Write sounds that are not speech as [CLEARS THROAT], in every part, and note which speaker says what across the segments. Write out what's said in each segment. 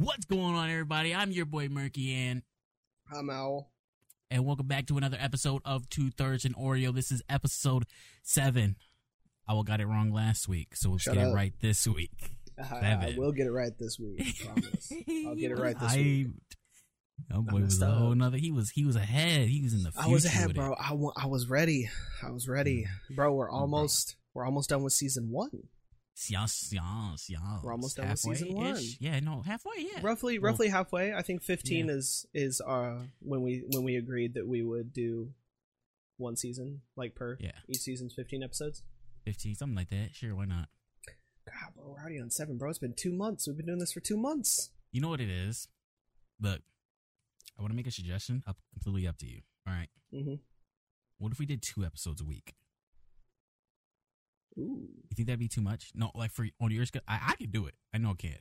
Speaker 1: What's going on, everybody? I'm your boy Murky, and
Speaker 2: I'm Owl.
Speaker 1: and welcome back to another episode of Two Thirds and Oreo. This is episode seven. I will got it wrong last week, so let's
Speaker 2: Shut
Speaker 1: get it
Speaker 2: up.
Speaker 1: right this week.
Speaker 2: I, I
Speaker 1: Seven.
Speaker 2: will get it right this week.
Speaker 1: [LAUGHS]
Speaker 2: I promise. I'll get it right this
Speaker 1: I,
Speaker 2: week.
Speaker 1: That boy was
Speaker 2: messed
Speaker 1: a whole
Speaker 2: up.
Speaker 1: nother. He was he was ahead. He was in the future.
Speaker 2: I was ahead,
Speaker 1: with it. Mm. Mm-hmm.
Speaker 2: bro. I wa- I was ready. I was ready, bro. We're almost we're almost done with season one.
Speaker 1: Yes, yes, yes.
Speaker 2: We're almost done with season
Speaker 1: Halfway-ish. Yeah, no, halfway. Yeah,
Speaker 2: Roughly,
Speaker 1: Well-
Speaker 2: roughly halfway. I think fifteen
Speaker 1: Yeah.
Speaker 2: is is uh when we when we agreed that we would do one season like per
Speaker 1: yeah,
Speaker 2: each season's fifteen episodes.
Speaker 1: fifteen, something like that. Sure, why not?
Speaker 2: God, bro, we're already on seven, bro. It's been two months. We've been doing this for two months.
Speaker 1: You know what it is? Look, I want to make a suggestion. Up completely up to you. All right.
Speaker 2: hmm
Speaker 1: What if we did two episodes a week?
Speaker 2: Ooh,
Speaker 1: You think that'd be too much? No, like for on your schedule, I, I could do it. I know I can.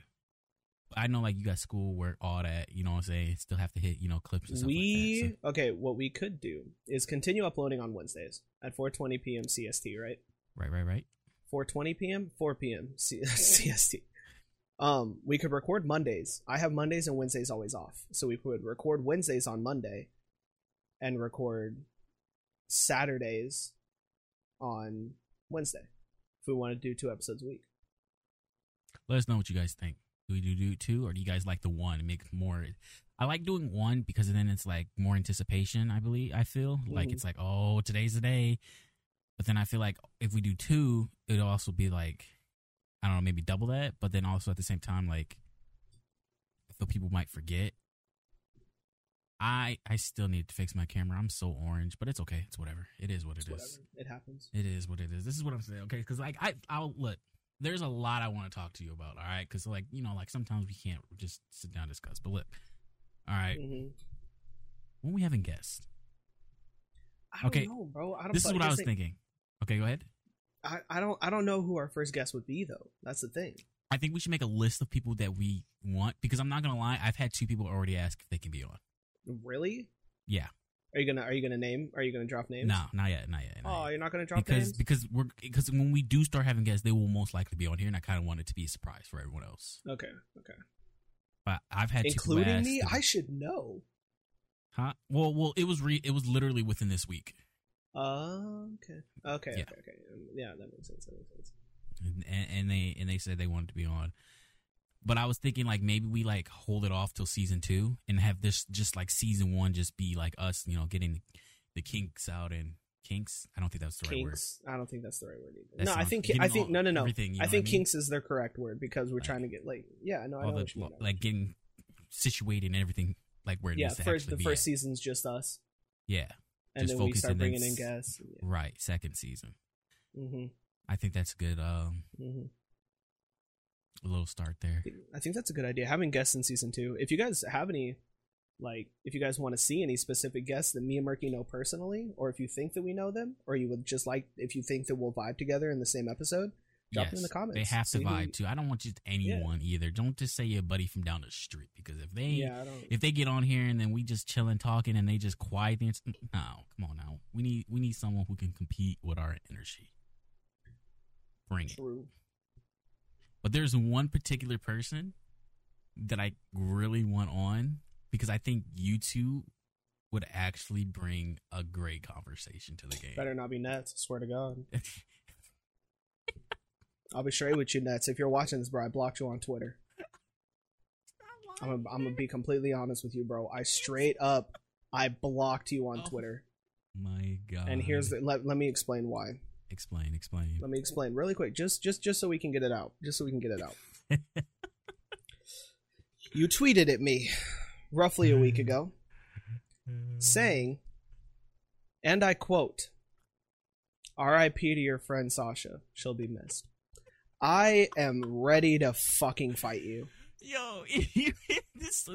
Speaker 1: But I know like you got school, work, all that. You know what I'm saying? Still have to hit you know clips and stuff
Speaker 2: we
Speaker 1: like that.
Speaker 2: okay. What we could do is continue uploading on Wednesdays at four twenty p.m. CST, right?
Speaker 1: So, right, right, right.
Speaker 2: 4:20 p.m. 4 p.m. [LAUGHS] C- CST. Um, we could record Mondays. I have Mondays and Wednesdays always off, so we could record Wednesdays on Monday, and record Saturdays on Wednesday if we want to do two episodes a week.
Speaker 1: Let us know what you guys think. Do we do, do two or do you guys like the one and make more? I like doing one because then it's like more anticipation. I believe I feel like
Speaker 2: Mhm.
Speaker 1: it's like oh today's the day, but then I feel like if we do two, it'll also be like I don't know maybe double that, but then also at the same time like I feel people might forget. I I still need to fix my camera. I'm so orange, but it's okay. It's whatever. It is what
Speaker 2: It's
Speaker 1: it
Speaker 2: whatever.
Speaker 1: is.
Speaker 2: It happens.
Speaker 1: It is what it is. This is what I'm saying, okay? Because like I, I'll look. There's a lot I want to talk to you about, all right? Because like you know, like sometimes we can't just sit down and discuss. But look, all right,
Speaker 2: Mhm.
Speaker 1: when we haven't guests,
Speaker 2: I don't
Speaker 1: Okay.
Speaker 2: know, bro. I don't,
Speaker 1: this is
Speaker 2: but
Speaker 1: what I
Speaker 2: here's
Speaker 1: was
Speaker 2: the-
Speaker 1: thinking. Okay, go ahead.
Speaker 2: I, I don't. I don't know who our first guest would be though. That's the thing.
Speaker 1: I think we should make a list of people that we want because I'm not gonna lie, I've had two people already ask if they can be on.
Speaker 2: Really?
Speaker 1: Yeah.
Speaker 2: Are you gonna Are you gonna name? Are you gonna drop names?
Speaker 1: No, not yet, not yet.
Speaker 2: Oh,
Speaker 1: Not yet.
Speaker 2: you're not gonna drop
Speaker 1: Because
Speaker 2: names.
Speaker 1: because we're because when we do start having guests, they will most likely be on here, and I kind of want it to be a surprise for everyone else.
Speaker 2: Okay. Okay.
Speaker 1: But I've had two people
Speaker 2: including
Speaker 1: ask
Speaker 2: me
Speaker 1: if-
Speaker 2: i should know
Speaker 1: huh? Well, well, it was re- it was literally within this week.
Speaker 2: uh, okay okay
Speaker 1: Yeah.
Speaker 2: okay okay Um, yeah that makes sense that makes sense
Speaker 1: and, and they and they said they wanted to be on. But I was thinking like maybe we like hold it off till season two and have this just like season one just be like us, you know, getting the kinks out and kinks. I don't think that's the right word.
Speaker 2: kinks i don't think that's the right word either.
Speaker 1: That
Speaker 2: no i
Speaker 1: sounds-
Speaker 2: think
Speaker 1: getting
Speaker 2: i think
Speaker 1: all-
Speaker 2: no no no
Speaker 1: everything, you know
Speaker 2: i
Speaker 1: what
Speaker 2: think
Speaker 1: mean?
Speaker 2: kinks is the correct word because we're
Speaker 1: Like-
Speaker 2: trying to get like yeah no i know
Speaker 1: All the-
Speaker 2: what you mean.
Speaker 1: like getting situated and everything like where it
Speaker 2: yeah
Speaker 1: needs to
Speaker 2: first
Speaker 1: actually
Speaker 2: the
Speaker 1: be.
Speaker 2: first
Speaker 1: at.
Speaker 2: season's just us
Speaker 1: Yeah,
Speaker 2: and
Speaker 1: Just
Speaker 2: then we
Speaker 1: focus
Speaker 2: start
Speaker 1: and then
Speaker 2: bringing in
Speaker 1: s-
Speaker 2: guests yeah.
Speaker 1: right. Second season.
Speaker 2: mm-hmm,
Speaker 1: I think that's a good um
Speaker 2: mm-hmm.
Speaker 1: little start there.
Speaker 2: I think that's a good idea. Having guests in season two. If you guys have any, like, if you guys want to see any specific guests that me and Murky know personally, or if you think that we know them, or you would just like, if you think that we'll vibe together in the same episode, drop
Speaker 1: yes,
Speaker 2: it in the comments.
Speaker 1: they have to
Speaker 2: See who-
Speaker 1: vibe too. I don't want just anyone either. Don't just say your buddy from down the street because if they
Speaker 2: Yeah, I don't.
Speaker 1: if they get on here and then we just chilling talking and they just quiet dance no come on now we need we need someone who can compete with our energy bring it
Speaker 2: true.
Speaker 1: but there's one particular person that i really want on because i think you two would actually bring a great conversation to the game [LAUGHS]
Speaker 2: Better not be nuts. Swear to God. I'll be straight with you, nuts. If you're watching this, bro, I blocked you on Twitter. I'm gonna, I'm gonna be completely honest with you, bro. I straight up, I blocked you on
Speaker 1: Oh,
Speaker 2: Twitter,
Speaker 1: my god
Speaker 2: and here's the, let, let me explain why.
Speaker 1: explain explain
Speaker 2: let me explain really quick just just just so we can get it out just so we can get
Speaker 1: [LAUGHS]
Speaker 2: it out you tweeted at me roughly a
Speaker 1: Mm.
Speaker 2: week ago saying and i quote rip to your friend sasha she'll be missed i am ready to fucking fight you
Speaker 1: Yo, [LAUGHS] this,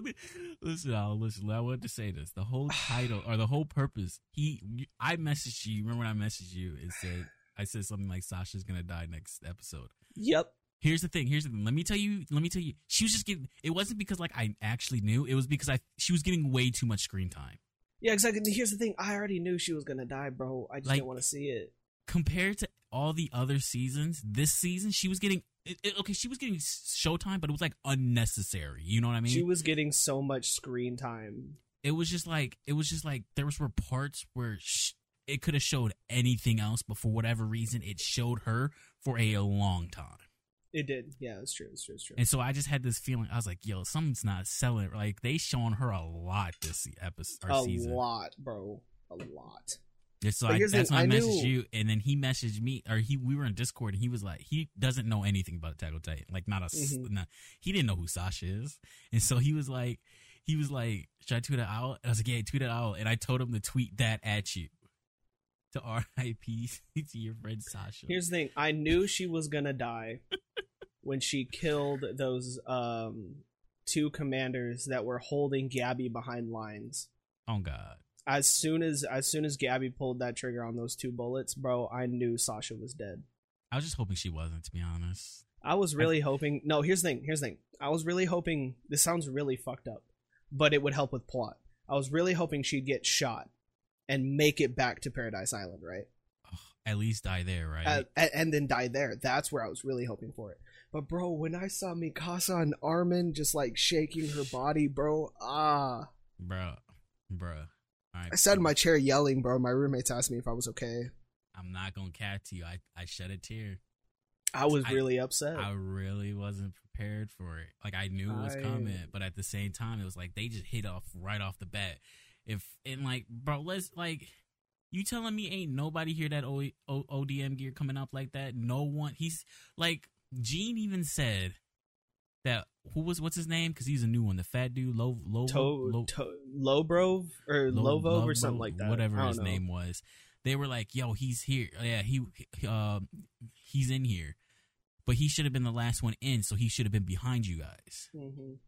Speaker 1: listen, I'll listen. I want to say this. The whole title or the whole purpose. He, I messaged you. Remember when I messaged you and said I said something like Sasha's gonna die next episode.
Speaker 2: yep
Speaker 1: Here's the thing. Here's the thing. Let me tell you. Let me tell you. She was just getting. It wasn't because like I actually knew. It was because I. She was getting way too much screen time
Speaker 2: yeah exactly here's the thing i already knew she was gonna die bro i just
Speaker 1: Like-
Speaker 2: didn't want to see it
Speaker 1: compared to all the other seasons. This season, she was getting it, it- okay, she was getting s- showtime, but it was like unnecessary. You know what I mean?
Speaker 2: she was getting so much screen time.
Speaker 1: it was just like it was just like there was were parts where sh- it could have showed anything else, but for whatever reason, it showed her for a long time.
Speaker 2: It did. Yeah, it's true. It's true. It's true.
Speaker 1: And so I just had this feeling. I was like, "Yo, something's not selling." it. Like they showing her a lot this episode or
Speaker 2: a
Speaker 1: season.
Speaker 2: lot, bro. A lot.
Speaker 1: And so
Speaker 2: But
Speaker 1: I,
Speaker 2: here's the
Speaker 1: that's
Speaker 2: thing,
Speaker 1: when I,
Speaker 2: I
Speaker 1: messaged
Speaker 2: knew-
Speaker 1: you, and then he messaged me, or he we were in Discord, and he was like, he doesn't know anything about Attack on Titan, like not a, s-
Speaker 2: Mhm.
Speaker 1: not- he didn't know who Sasha is, and so he was like, he was like, should I tweet it out? And I was like, yeah, tweet it out, and I told him to tweet that at you, to R.I.P. [LAUGHS] to your friend Sasha.
Speaker 2: Here's the thing. I knew she was gonna die when she killed those um two commanders that were holding Gabby behind lines.
Speaker 1: oh God,
Speaker 2: As soon as as soon as Gabby pulled that trigger on those two bullets, bro, I knew Sasha was dead.
Speaker 1: I was just hoping she wasn't, to be honest.
Speaker 2: I was really hoping no, here's the thing, here's the thing. I was really hoping this sounds really fucked up, but it would help with plot. I was really hoping she'd get shot and make it back to Paradise Island, right?
Speaker 1: Ugh, at least die there, right?
Speaker 2: uh, a- and then die there. That's where I was really hoping for it. But bro, when I saw Mikasa and Armin just like shaking her body, bro, ah,
Speaker 1: bruh, bruh. All right,
Speaker 2: I sat in my chair yelling, bro. My roommates asked me if I was okay.
Speaker 1: I'm not gonna cat to you. I I shed a tear.
Speaker 2: I was
Speaker 1: I-
Speaker 2: really upset.
Speaker 1: I really wasn't prepared for it. Like I knew it was
Speaker 2: I-
Speaker 1: coming, but at the same time, it was like they just hit off right off the bat. If and like, bro, let's like, you telling me ain't nobody here that o- o- ODM gear coming up like that? No one. He's like Gene even said that who was what's his name? Because he's a new one, the fat dude, low low
Speaker 2: To- to- Lobrov or
Speaker 1: Lo-
Speaker 2: Lovov or
Speaker 1: Lovro,
Speaker 2: something like that. I
Speaker 1: Whatever
Speaker 2: don't
Speaker 1: his
Speaker 2: know.
Speaker 1: name was, they were like, "Yo, he's here. Yeah, he, he- um, he's in here." But he should have been the last one in, so he should have been behind you guys.
Speaker 2: Mhm.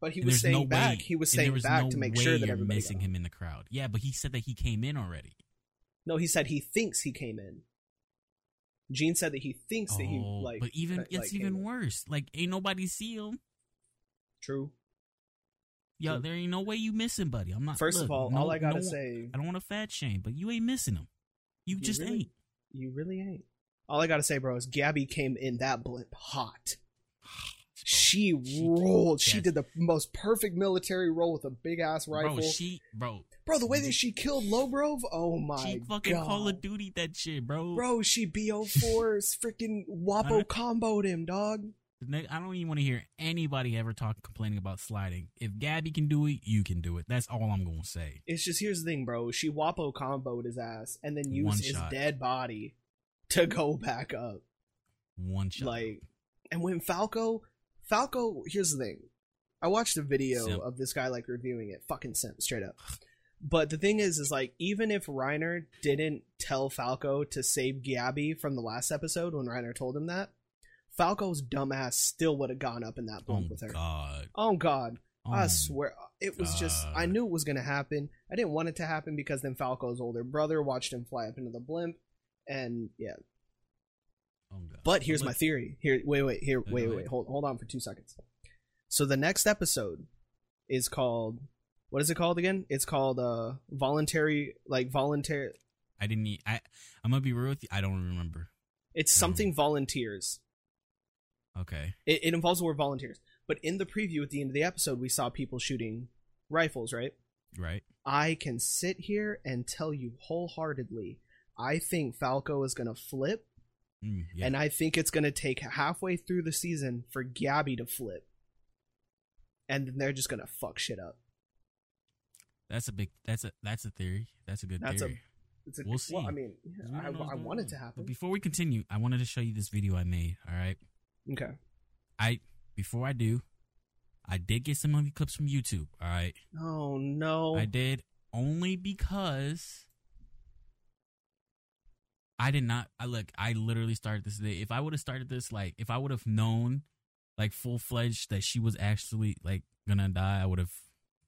Speaker 2: But he
Speaker 1: And
Speaker 2: was
Speaker 1: there's
Speaker 2: staying
Speaker 1: no
Speaker 2: back.
Speaker 1: way-
Speaker 2: he was
Speaker 1: and there
Speaker 2: staying
Speaker 1: was
Speaker 2: back
Speaker 1: no
Speaker 2: to make
Speaker 1: way
Speaker 2: sure that
Speaker 1: you're
Speaker 2: everybody.
Speaker 1: missing
Speaker 2: got
Speaker 1: him in the crowd. Yeah, but he said that he came in already.
Speaker 2: No, he said he thinks he came in. Gene said that he thinks that he
Speaker 1: Oh,
Speaker 2: like.
Speaker 1: but even
Speaker 2: that,
Speaker 1: it's
Speaker 2: like,
Speaker 1: even
Speaker 2: came in.
Speaker 1: worse. Like ain't nobody see him.
Speaker 2: True.
Speaker 1: Yo,
Speaker 2: True.
Speaker 1: there ain't no way you missing, buddy. I'm not.
Speaker 2: First of
Speaker 1: look,
Speaker 2: all,
Speaker 1: no-
Speaker 2: all I gotta
Speaker 1: no-
Speaker 2: say,
Speaker 1: I don't want to fat shame, but you ain't missing him. You,
Speaker 2: You
Speaker 1: just
Speaker 2: really-
Speaker 1: ain't
Speaker 2: you really ain't. All I gotta say, bro, is Gabby came in that blimp hot. She
Speaker 1: She-
Speaker 2: rolled. She
Speaker 1: yes.
Speaker 2: did the most perfect military roll with a big ass rifle.
Speaker 1: Bro, she bro,
Speaker 2: bro, the way that she killed Lobrov, oh my
Speaker 1: she fucking
Speaker 2: god,
Speaker 1: Call of Duty that shit, bro.
Speaker 2: bro,
Speaker 1: [LAUGHS]
Speaker 2: she bo4s freaking
Speaker 1: know.
Speaker 2: Wapo comboed him, dog.
Speaker 1: The ne- I don't even want to hear anybody ever talk complaining about sliding. If Gabby can do it, you can do it. That's all I'm gonna say.
Speaker 2: It's just here's the thing, bro. She Wapo comboed his ass and then used
Speaker 1: One
Speaker 2: his
Speaker 1: shot.
Speaker 2: dead body to go back up.
Speaker 1: One shot.
Speaker 2: like and when falco falco here's the thing i watched a video
Speaker 1: Simp.
Speaker 2: of this guy like reviewing it fucking simp straight up but the thing is is like even if reiner didn't tell falco to save gabby from the last episode when reiner told him that falco's dumbass still would have gone up in that
Speaker 1: oh
Speaker 2: bunk with her
Speaker 1: god.
Speaker 2: oh god
Speaker 1: Oh,
Speaker 2: i swear it was just i
Speaker 1: God.
Speaker 2: knew it was gonna happen i didn't want it to happen because then falco's older brother watched him fly up into the blimp and yeah
Speaker 1: oh, God.
Speaker 2: but here's
Speaker 1: Look,
Speaker 2: my theory. Here, wait, wait, here,
Speaker 1: Go
Speaker 2: wait,
Speaker 1: ahead.
Speaker 2: wait, hold, hold on for two seconds. So the next episode is called, what is it called again? It's called uh voluntary, like voluntary.
Speaker 1: I didn't. e- I I'm gonna be real with you. I don't remember.
Speaker 2: It's something volunteers.
Speaker 1: Okay.
Speaker 2: It, it involves the word volunteers. But in the preview at the end of the episode, we saw people shooting rifles, right?
Speaker 1: Right.
Speaker 2: I can sit here and tell you wholeheartedly, I think Falco is gonna flip,
Speaker 1: Mm, yeah.
Speaker 2: and I think it's going to take halfway through the season for Gabby to flip, and then they're just going to fuck shit up.
Speaker 1: that's a big. That's a that's a theory. That's a good
Speaker 2: That's a-
Speaker 1: theory.
Speaker 2: It's a,
Speaker 1: We'll see.
Speaker 2: Well, I mean,
Speaker 1: 'Cause we
Speaker 2: I,
Speaker 1: don't know what's
Speaker 2: I
Speaker 1: going
Speaker 2: want
Speaker 1: on.
Speaker 2: it to happen.
Speaker 1: But before we continue, I wanted to show you this video I made. All right.
Speaker 2: okay.
Speaker 1: I before I do, I did get some of the clips from YouTube. All right.
Speaker 2: Oh no.
Speaker 1: I did only because I did not. I look. I literally started this today. If I would have started this, like, if I would have known, like, full fledged that she was actually like gonna die, I would have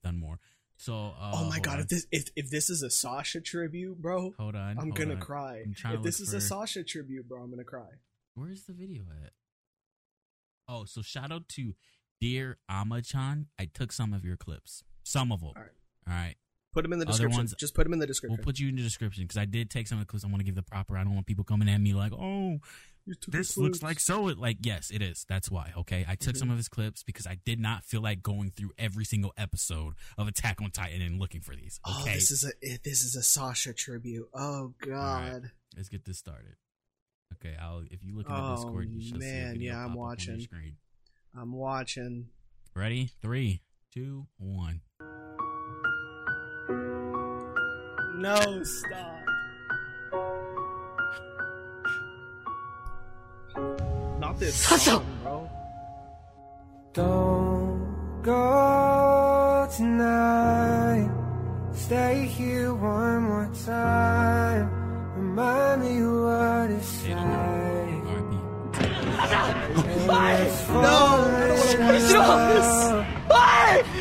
Speaker 1: done more. So, uh,
Speaker 2: oh my
Speaker 1: hold
Speaker 2: god!
Speaker 1: on.
Speaker 2: If this if, if this is a Sasha tribute, bro,
Speaker 1: hold on,
Speaker 2: I'm
Speaker 1: hold
Speaker 2: gonna
Speaker 1: on.
Speaker 2: cry.
Speaker 1: I'm trying to
Speaker 2: If this
Speaker 1: look
Speaker 2: is
Speaker 1: for-
Speaker 2: a Sasha tribute, bro, I'm gonna cry.
Speaker 1: Where's the video at? Oh, so shout out to dear Amachan. I took some of your clips, some of them.
Speaker 2: All right.
Speaker 1: All right.
Speaker 2: Put them in the
Speaker 1: Other
Speaker 2: description.
Speaker 1: ones-
Speaker 2: Just put them in the description.
Speaker 1: We'll put you in the description because I did take some of the clips. I want to give the proper. I don't want people coming at me like, oh,
Speaker 2: You took
Speaker 1: this
Speaker 2: the
Speaker 1: looks
Speaker 2: clips.
Speaker 1: like so. It like yes, it is. That's why. Okay, I took
Speaker 2: Mhm.
Speaker 1: some of his clips because I did not feel like going through every single episode of Attack on Titan and looking for these.
Speaker 2: Oh,
Speaker 1: Okay,
Speaker 2: this is a eh, this is a Sasha tribute. Oh God.
Speaker 1: let's get this started. Okay, I'll if you look in the
Speaker 2: Oh,
Speaker 1: Discord, you should see a
Speaker 2: man,
Speaker 1: video
Speaker 2: yeah,
Speaker 1: pop
Speaker 2: I'm
Speaker 1: up on your
Speaker 2: watching.
Speaker 1: screen.
Speaker 2: I'm watching.
Speaker 1: Ready? Three, two, one.
Speaker 2: No, stop. Not this
Speaker 3: Sasha!
Speaker 2: song, bro.
Speaker 4: Don't go tonight. Stay here one more time. Remind me what it's
Speaker 1: Hey,
Speaker 4: like.
Speaker 1: R.I.P.
Speaker 2: I
Speaker 4: No,
Speaker 2: don't wanna watch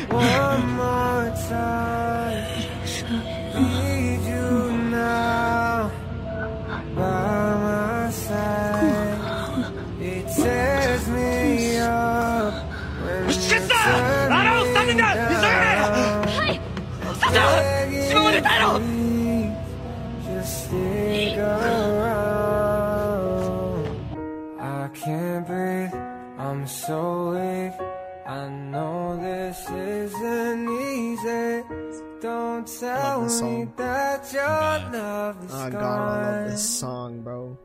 Speaker 4: One more time. Need you now by my side. It tears me up. when you turn me down.
Speaker 3: はい、ささ、しまわれたよ。
Speaker 4: Just stick around. I can't breathe, I'm so weak. I know this isn't easy. Don't tell
Speaker 2: this
Speaker 4: me
Speaker 2: song.
Speaker 4: that your
Speaker 1: Bad.
Speaker 4: love is
Speaker 2: Oh God, I love
Speaker 4: gone.
Speaker 2: this song, bro.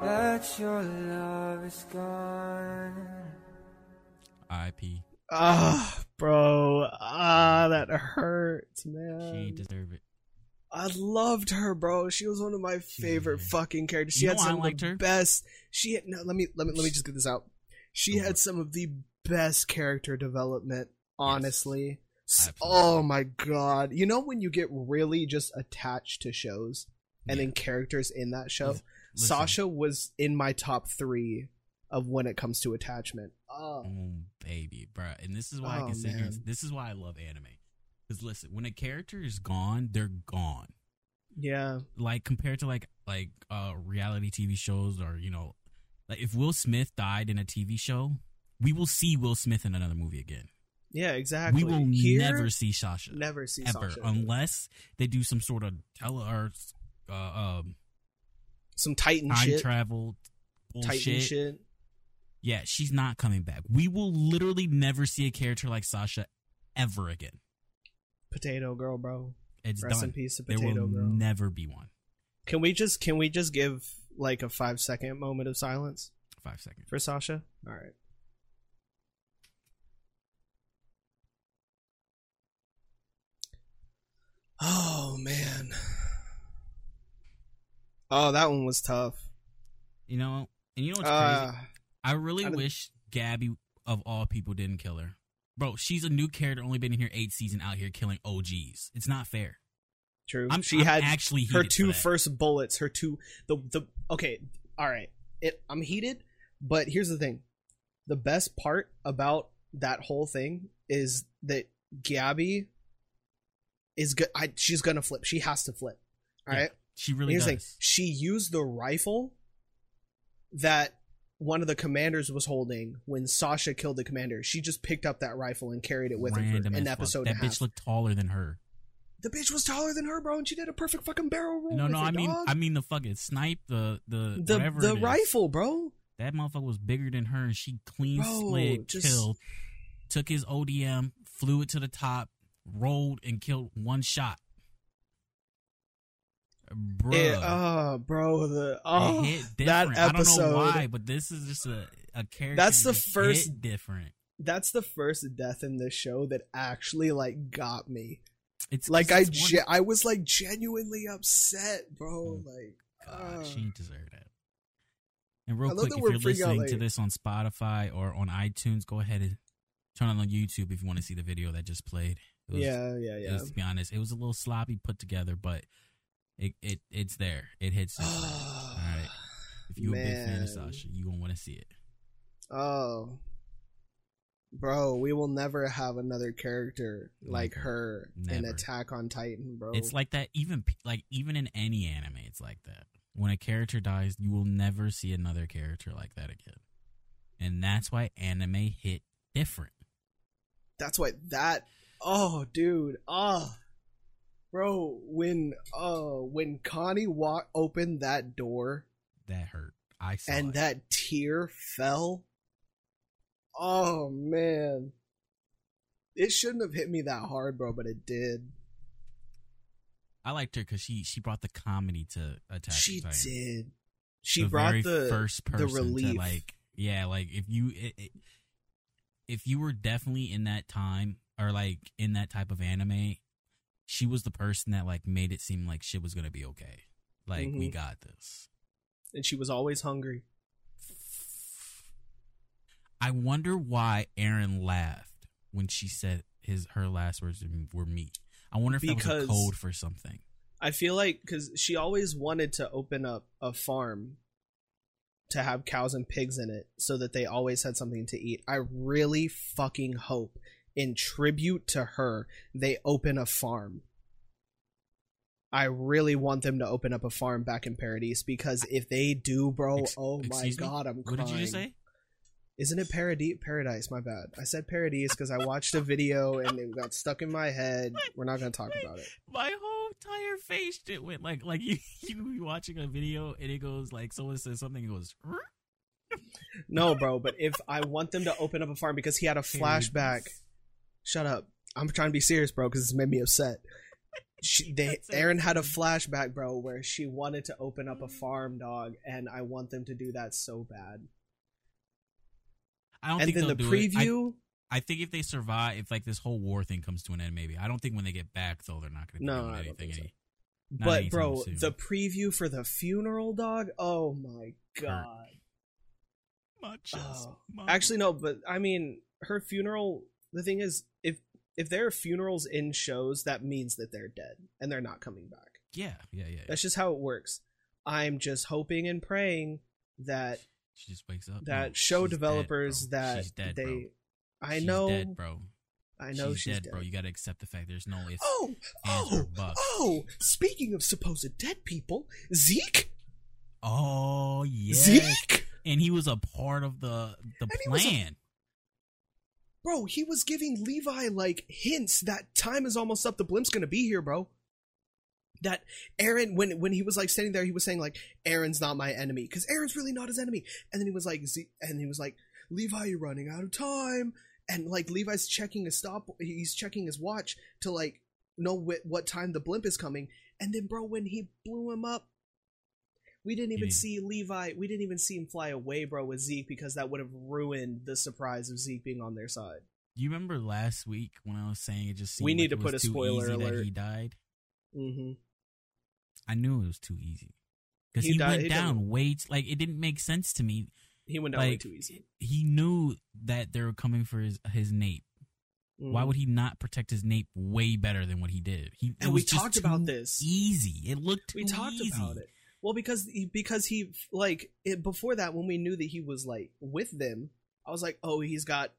Speaker 4: That your love is gone.
Speaker 1: R.I.P.
Speaker 2: Ah, bro. Ah, that hurts,
Speaker 1: She ain't
Speaker 2: man.
Speaker 1: deserve it.
Speaker 2: I loved her, bro. She was one of my favorite
Speaker 1: Yeah.
Speaker 2: fucking characters. She
Speaker 1: Mm-hmm. You
Speaker 2: had
Speaker 1: know I
Speaker 2: some of
Speaker 1: liked
Speaker 2: the
Speaker 1: her.
Speaker 2: best. She had no. Let me let me let me just get this out. She
Speaker 1: Go for
Speaker 2: had
Speaker 1: it.
Speaker 2: some of the best character development. Honestly, S-
Speaker 1: Absolutely.
Speaker 2: oh my god! You know when you get really just attached to shows and
Speaker 1: Yeah.
Speaker 2: then characters in that show.
Speaker 1: Listen- listen.
Speaker 2: Sasha was in my top three of when it comes to attachment. Oh,
Speaker 1: Oh baby, bruh. And this is why I
Speaker 2: Oh,
Speaker 1: can sit here. And,
Speaker 2: man.
Speaker 1: this is why I love anime. Because listen, when a character is gone, they're gone.
Speaker 2: yeah.
Speaker 1: Like compared to like like uh reality TV shows or you know, like if Will Smith died in a TV show, we will see Will Smith in another movie again.
Speaker 2: Yeah, exactly.
Speaker 1: we will
Speaker 2: Here,
Speaker 1: never see Sasha
Speaker 2: never see
Speaker 1: ever
Speaker 2: Sasha.
Speaker 1: unless they do some sort of tele or uh, um,
Speaker 2: Some Titan
Speaker 1: time
Speaker 2: shit.
Speaker 1: travel
Speaker 2: Titan
Speaker 1: bullshit.
Speaker 2: shit.
Speaker 1: Yeah, she's not coming back. We will literally never see a character like Sasha ever again.
Speaker 2: Potato girl, bro.
Speaker 1: It's
Speaker 2: Rest
Speaker 1: done.
Speaker 2: in peace to
Speaker 1: there will
Speaker 2: Potato Girl.
Speaker 1: never be one.
Speaker 2: Can we just can we just give like a five second moment of silence
Speaker 1: Five seconds.
Speaker 2: for Sasha? All right. Oh man. Oh, that one was tough.
Speaker 1: You know, and you know what's
Speaker 2: Uh,
Speaker 1: crazy? I really
Speaker 2: I didn't-
Speaker 1: wish Gabby, of all people, didn't kill her. Bro, she's a new character, only been in here eight season, out here killing OGs. It's not fair.
Speaker 2: true.
Speaker 1: I'm,
Speaker 2: she
Speaker 1: I'm
Speaker 2: had
Speaker 1: actually
Speaker 2: her
Speaker 1: heated for
Speaker 2: two
Speaker 1: that.
Speaker 2: first bullets. Her two the the okay. All right. It, I'm heated, but here's the thing: the best part about that whole thing is that Gabby is good. I she's gonna flip. She has to flip. All
Speaker 1: Yeah,
Speaker 2: right.
Speaker 1: She really
Speaker 2: here's
Speaker 1: does.
Speaker 2: the thing: she used the rifle that one of the commanders was holding when Sasha killed the commander. She just picked up that rifle and carried it with her
Speaker 1: Random
Speaker 2: for an
Speaker 1: as fuck.
Speaker 2: episode.
Speaker 1: That
Speaker 2: and a
Speaker 1: bitch
Speaker 2: half.
Speaker 1: looked taller than her.
Speaker 2: the bitch was taller than her, bro, and she did a perfect fucking barrel roll.
Speaker 1: No,
Speaker 2: with
Speaker 1: no,
Speaker 2: her,
Speaker 1: I mean,
Speaker 2: dog.
Speaker 1: I mean the fucking snipe, the the
Speaker 2: the
Speaker 1: whatever
Speaker 2: the
Speaker 1: it is.
Speaker 2: rifle, bro.
Speaker 1: That motherfucker was bigger than her, and she clean
Speaker 2: Bro,
Speaker 1: slid,
Speaker 2: just-
Speaker 1: killed, took his ODM, flew it to the top, rolled, and killed one shot. Bruh.
Speaker 2: It, oh, bro, the
Speaker 1: it
Speaker 2: oh,
Speaker 1: hit
Speaker 2: that
Speaker 1: different. I
Speaker 2: episode.
Speaker 1: don't know why, but this is just a, a character.
Speaker 2: That's the
Speaker 1: that hit
Speaker 2: first-
Speaker 1: different.
Speaker 2: that's the first death in this show that actually like got me.
Speaker 1: It's
Speaker 2: Like I,
Speaker 1: it's one-
Speaker 2: ge- I was like genuinely upset, bro.
Speaker 1: Mm.
Speaker 2: Like,
Speaker 1: God,
Speaker 2: uh,
Speaker 1: she deserved that. And real
Speaker 2: I love
Speaker 1: quick,
Speaker 2: that
Speaker 1: if
Speaker 2: we're
Speaker 1: you're
Speaker 2: freaking out,
Speaker 1: listening to
Speaker 2: like-
Speaker 1: this on Spotify or on iTunes, go ahead and turn on the YouTube if you want to see the video that just played. It was-
Speaker 2: yeah, yeah,
Speaker 1: it
Speaker 2: yeah. [SIGHS]
Speaker 1: was- to be honest, it was a little sloppy put together, but it, it it's there. It hits. different.
Speaker 2: [GASPS]
Speaker 1: All right. If you're a big fan
Speaker 2: Man.
Speaker 1: of Sasha, you gonna want to see it.
Speaker 2: Oh, bro, we will never have another character like
Speaker 1: Never.
Speaker 2: her in
Speaker 1: Never.
Speaker 2: Attack on Titan, bro.
Speaker 1: It's like that. Even p- like even in any anime, it's like that. When a character dies, you will never see another character like that again, and that's why anime hit different.
Speaker 2: that's why that. Oh, dude. Ah. Bro, when uh when Connie wa- opened that door
Speaker 1: That hurt. I saw
Speaker 2: and
Speaker 1: it.
Speaker 2: that tear fell. Oh man. It shouldn't have hit me that hard, bro, but it did.
Speaker 1: I liked her because she she brought the comedy to Attack. on
Speaker 2: she
Speaker 1: Titan.
Speaker 2: did. She
Speaker 1: the
Speaker 2: brought
Speaker 1: very
Speaker 2: the
Speaker 1: first person
Speaker 2: relief.
Speaker 1: to like yeah like if you it, it, if you were definitely in that time or like in that type of anime she was the person that like made it seem like shit was gonna be okay like we
Speaker 2: Mhm.
Speaker 1: got this
Speaker 2: and she was always hungry.
Speaker 1: i wonder why aaron laughed when she said his her last words were meat i wonder if that was
Speaker 2: Because-
Speaker 1: a code for something
Speaker 2: I feel like because she always wanted to open up a farm to have cows and pigs in it so that they always had something to eat. I really fucking hope, in tribute to her, they open a farm. I really want them to open up a farm back in Paradise because if they do, bro,
Speaker 1: Ex-
Speaker 2: oh my
Speaker 1: excuse me?
Speaker 2: god, I'm
Speaker 1: what
Speaker 2: crying.
Speaker 1: did you just say
Speaker 2: Isn't it Paradise? Paradise, my bad. I said Paradise because I watched a video and it got stuck in
Speaker 1: [LAUGHS]
Speaker 2: my head. We're not going to talk about it.
Speaker 1: my whole entire face shit went like like [LAUGHS] you you be watching a video and it goes like someone says something it goes "Rrr."
Speaker 2: No, bro, but if I want them to open up a farm because he had a flashback. Shut up. I'm trying to be serious, bro, because this made me upset. She, they,
Speaker 1: That's so
Speaker 2: Aaron had a flashback, bro, where she wanted to open up a farm, dog, and I want them to do that so bad.
Speaker 1: I don't
Speaker 2: And
Speaker 1: think
Speaker 2: then the
Speaker 1: they'll do it. I-
Speaker 2: preview,
Speaker 1: I, think if they survive, if like this whole war thing comes to an end, maybe I don't think when they get back though they're not going to be
Speaker 2: No,
Speaker 1: doing
Speaker 2: I don't
Speaker 1: anything.
Speaker 2: think so.
Speaker 1: any- not
Speaker 2: but
Speaker 1: anytime
Speaker 2: bro,
Speaker 1: soon.
Speaker 2: the preview for the funeral, dog. Oh my god.
Speaker 1: My chest,
Speaker 2: Oh.
Speaker 1: my-
Speaker 2: Actually, no, but I mean, her funeral. The thing is, if if there are funerals in shows, that means that they're dead and they're not coming back.
Speaker 1: yeah, yeah, yeah. yeah.
Speaker 2: That's just how it works. I'm just hoping and praying that
Speaker 1: She just wakes up.
Speaker 2: that
Speaker 1: No,
Speaker 2: show
Speaker 1: she's dead,
Speaker 2: developers
Speaker 1: bro.
Speaker 2: that
Speaker 1: she's dead,
Speaker 2: they
Speaker 1: Bro.
Speaker 2: I
Speaker 1: She's
Speaker 2: know
Speaker 1: dead, bro.
Speaker 2: I know she's, dead,
Speaker 1: bro. You got to accept the fact there's no if.
Speaker 2: Oh,
Speaker 1: Hands
Speaker 2: [GASPS] oh,
Speaker 1: are buff.
Speaker 2: oh! Speaking of supposed dead people, Zeke,
Speaker 1: Oh yes.
Speaker 2: Zeke,
Speaker 1: and he was a part of the the
Speaker 2: And he was a-
Speaker 1: plan.
Speaker 2: bro, he was giving Levi like hints that time is almost up. The blimp's gonna be here, bro. That Aaron, when when he was like standing there, he was saying like, "Aaron's not my enemy," because Aaron's really not his enemy. And then he was like, "Ze-" and he was like, "Levi, you're running out of time." And like Levi's checking his stop, he's checking his watch to like know wh- what time the blimp is coming. And then, bro, when he blew him up, we didn't even
Speaker 1: didn't-
Speaker 2: see Levi. We didn't even see him fly away, bro, with Zeke because that would have ruined the surprise of Zeke being on their side.
Speaker 1: You remember last week when I was saying it just seemed
Speaker 2: We need
Speaker 1: like
Speaker 2: to
Speaker 1: it
Speaker 2: put
Speaker 1: was
Speaker 2: a
Speaker 1: too
Speaker 2: spoiler
Speaker 1: easy that
Speaker 2: alert.
Speaker 1: he died?
Speaker 2: Mm-hmm.
Speaker 1: I knew it was too easy because
Speaker 2: He
Speaker 1: he,
Speaker 2: died-
Speaker 1: went
Speaker 2: he didn't-
Speaker 1: down way t- like it didn't make sense to me.
Speaker 2: He went down way
Speaker 1: like
Speaker 2: too easy.
Speaker 1: he knew that they were coming for his his nape.
Speaker 2: Mm-hmm.
Speaker 1: Why would he not protect his nape way better than what he did? He it
Speaker 2: Mm. And we
Speaker 1: was just
Speaker 2: talked about
Speaker 1: too
Speaker 2: this.
Speaker 1: Easy. It looked.
Speaker 2: we
Speaker 1: too
Speaker 2: talked
Speaker 1: easy.
Speaker 2: about it? Well, because he, because he like it, before that when we knew that he was like with them, I was like, oh, he's got